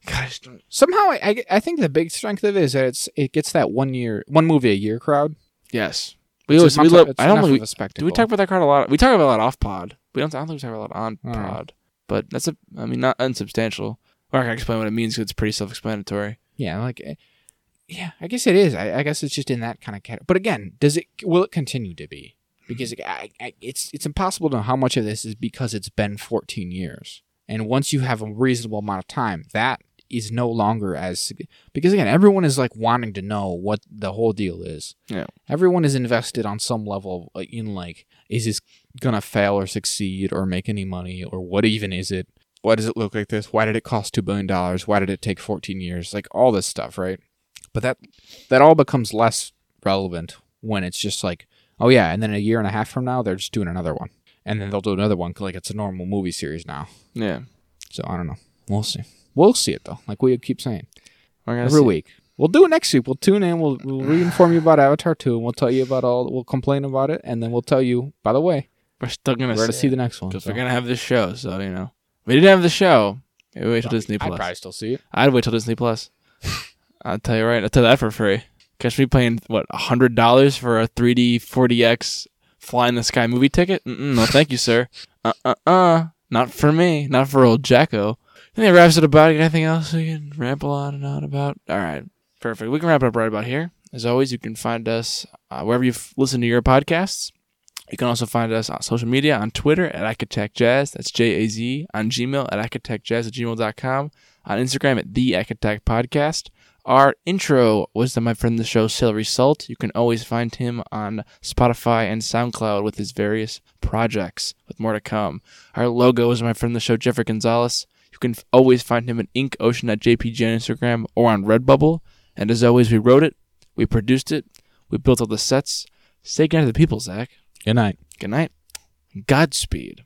[SPEAKER 1] Gosh,
[SPEAKER 2] Somehow, I, I I think the big strength of it is that it's it gets that one year one movie a year crowd.
[SPEAKER 1] yes. We
[SPEAKER 2] It's
[SPEAKER 1] always
[SPEAKER 2] not
[SPEAKER 1] we
[SPEAKER 2] to-
[SPEAKER 1] love.
[SPEAKER 2] it's
[SPEAKER 1] I don't
[SPEAKER 2] enough
[SPEAKER 1] know. if we-
[SPEAKER 2] of a
[SPEAKER 1] Do
[SPEAKER 2] spectacle.
[SPEAKER 1] we talk about that card a lot? We talk about that off pod. We don't. I don't think we talk about that on
[SPEAKER 2] Oh.
[SPEAKER 1] pod. But that's a. I mean, not unsubstantial. We're not gonna explain what it means because it's pretty self-explanatory.
[SPEAKER 2] Yeah, like, eh, yeah, I guess it is. I, I guess it's just in that kind of category. But again, does it will it continue to be? Because I, I, it's it's impossible to know how much of this is because it's been 14 years, and once you have a reasonable amount of time, that is no longer as sig- because again, everyone is like wanting to know what the whole deal is.
[SPEAKER 1] Yeah.
[SPEAKER 2] everyone is invested on some level uh, in like, is this gonna fail or succeed or make any money or what even is it? why does it look like this? Why did it cost two billion dollars? Why did it take fourteen years? Like all this stuff, right? But that that all becomes less relevant when it's just like, oh yeah, and then a year and a half from now they're just doing another one, and then they'll do another one 'cause, like it's a normal movie series now.
[SPEAKER 1] Yeah.
[SPEAKER 2] So I don't know. We'll see. We'll see it though. Like we keep saying
[SPEAKER 1] We're gonna
[SPEAKER 2] every
[SPEAKER 1] see.
[SPEAKER 2] week. We'll do it next week. We'll tune in. We'll, we'll reinform you about Avatar 2, and we'll tell you about all. We'll complain about it, and then we'll tell you. By the way,
[SPEAKER 1] We're still gonna
[SPEAKER 2] we're going to see
[SPEAKER 1] it.
[SPEAKER 2] the next one.
[SPEAKER 1] 'Cause
[SPEAKER 2] so.
[SPEAKER 1] we're gonna have this show. So you know, If we didn't have the show. Maybe wait till Disney
[SPEAKER 2] I'd
[SPEAKER 1] Plus.
[SPEAKER 2] probably still see it.
[SPEAKER 1] I'd wait till Disney (laughs) Plus. I'll tell you right. I'll tell you that for free. Catch me paying what hundred dollars for a 3D 40x fly in the sky movie ticket? Mm-mm, no, thank you, (laughs) sir. Uh, uh, uh. Not for me. Not for old Jacko. Any wraps it about. Anything else we can ramble on and on about? All right, perfect. We can wrap it up right about here. As always, you can find us uh, wherever you've listened to your podcasts. You can also find us on social media on Twitter at Acatech Jazz. That's J A Z. On Gmail at acatechjazz at gmail.com. On Instagram at The Acatech Podcast. Our intro was to my friend of the show, Celery Salt. You can always find him on Spotify and SoundCloud with his various projects, with more to come. Our logo is my friend of the show, Jeffrey Gonzalez. You can f- always find him at InkOcean at JPG on Instagram or on Redbubble. And as always, we wrote it, we produced it, we built all the sets, Say goodnight to the people, Zach.
[SPEAKER 2] Good night.
[SPEAKER 1] Good night. Godspeed.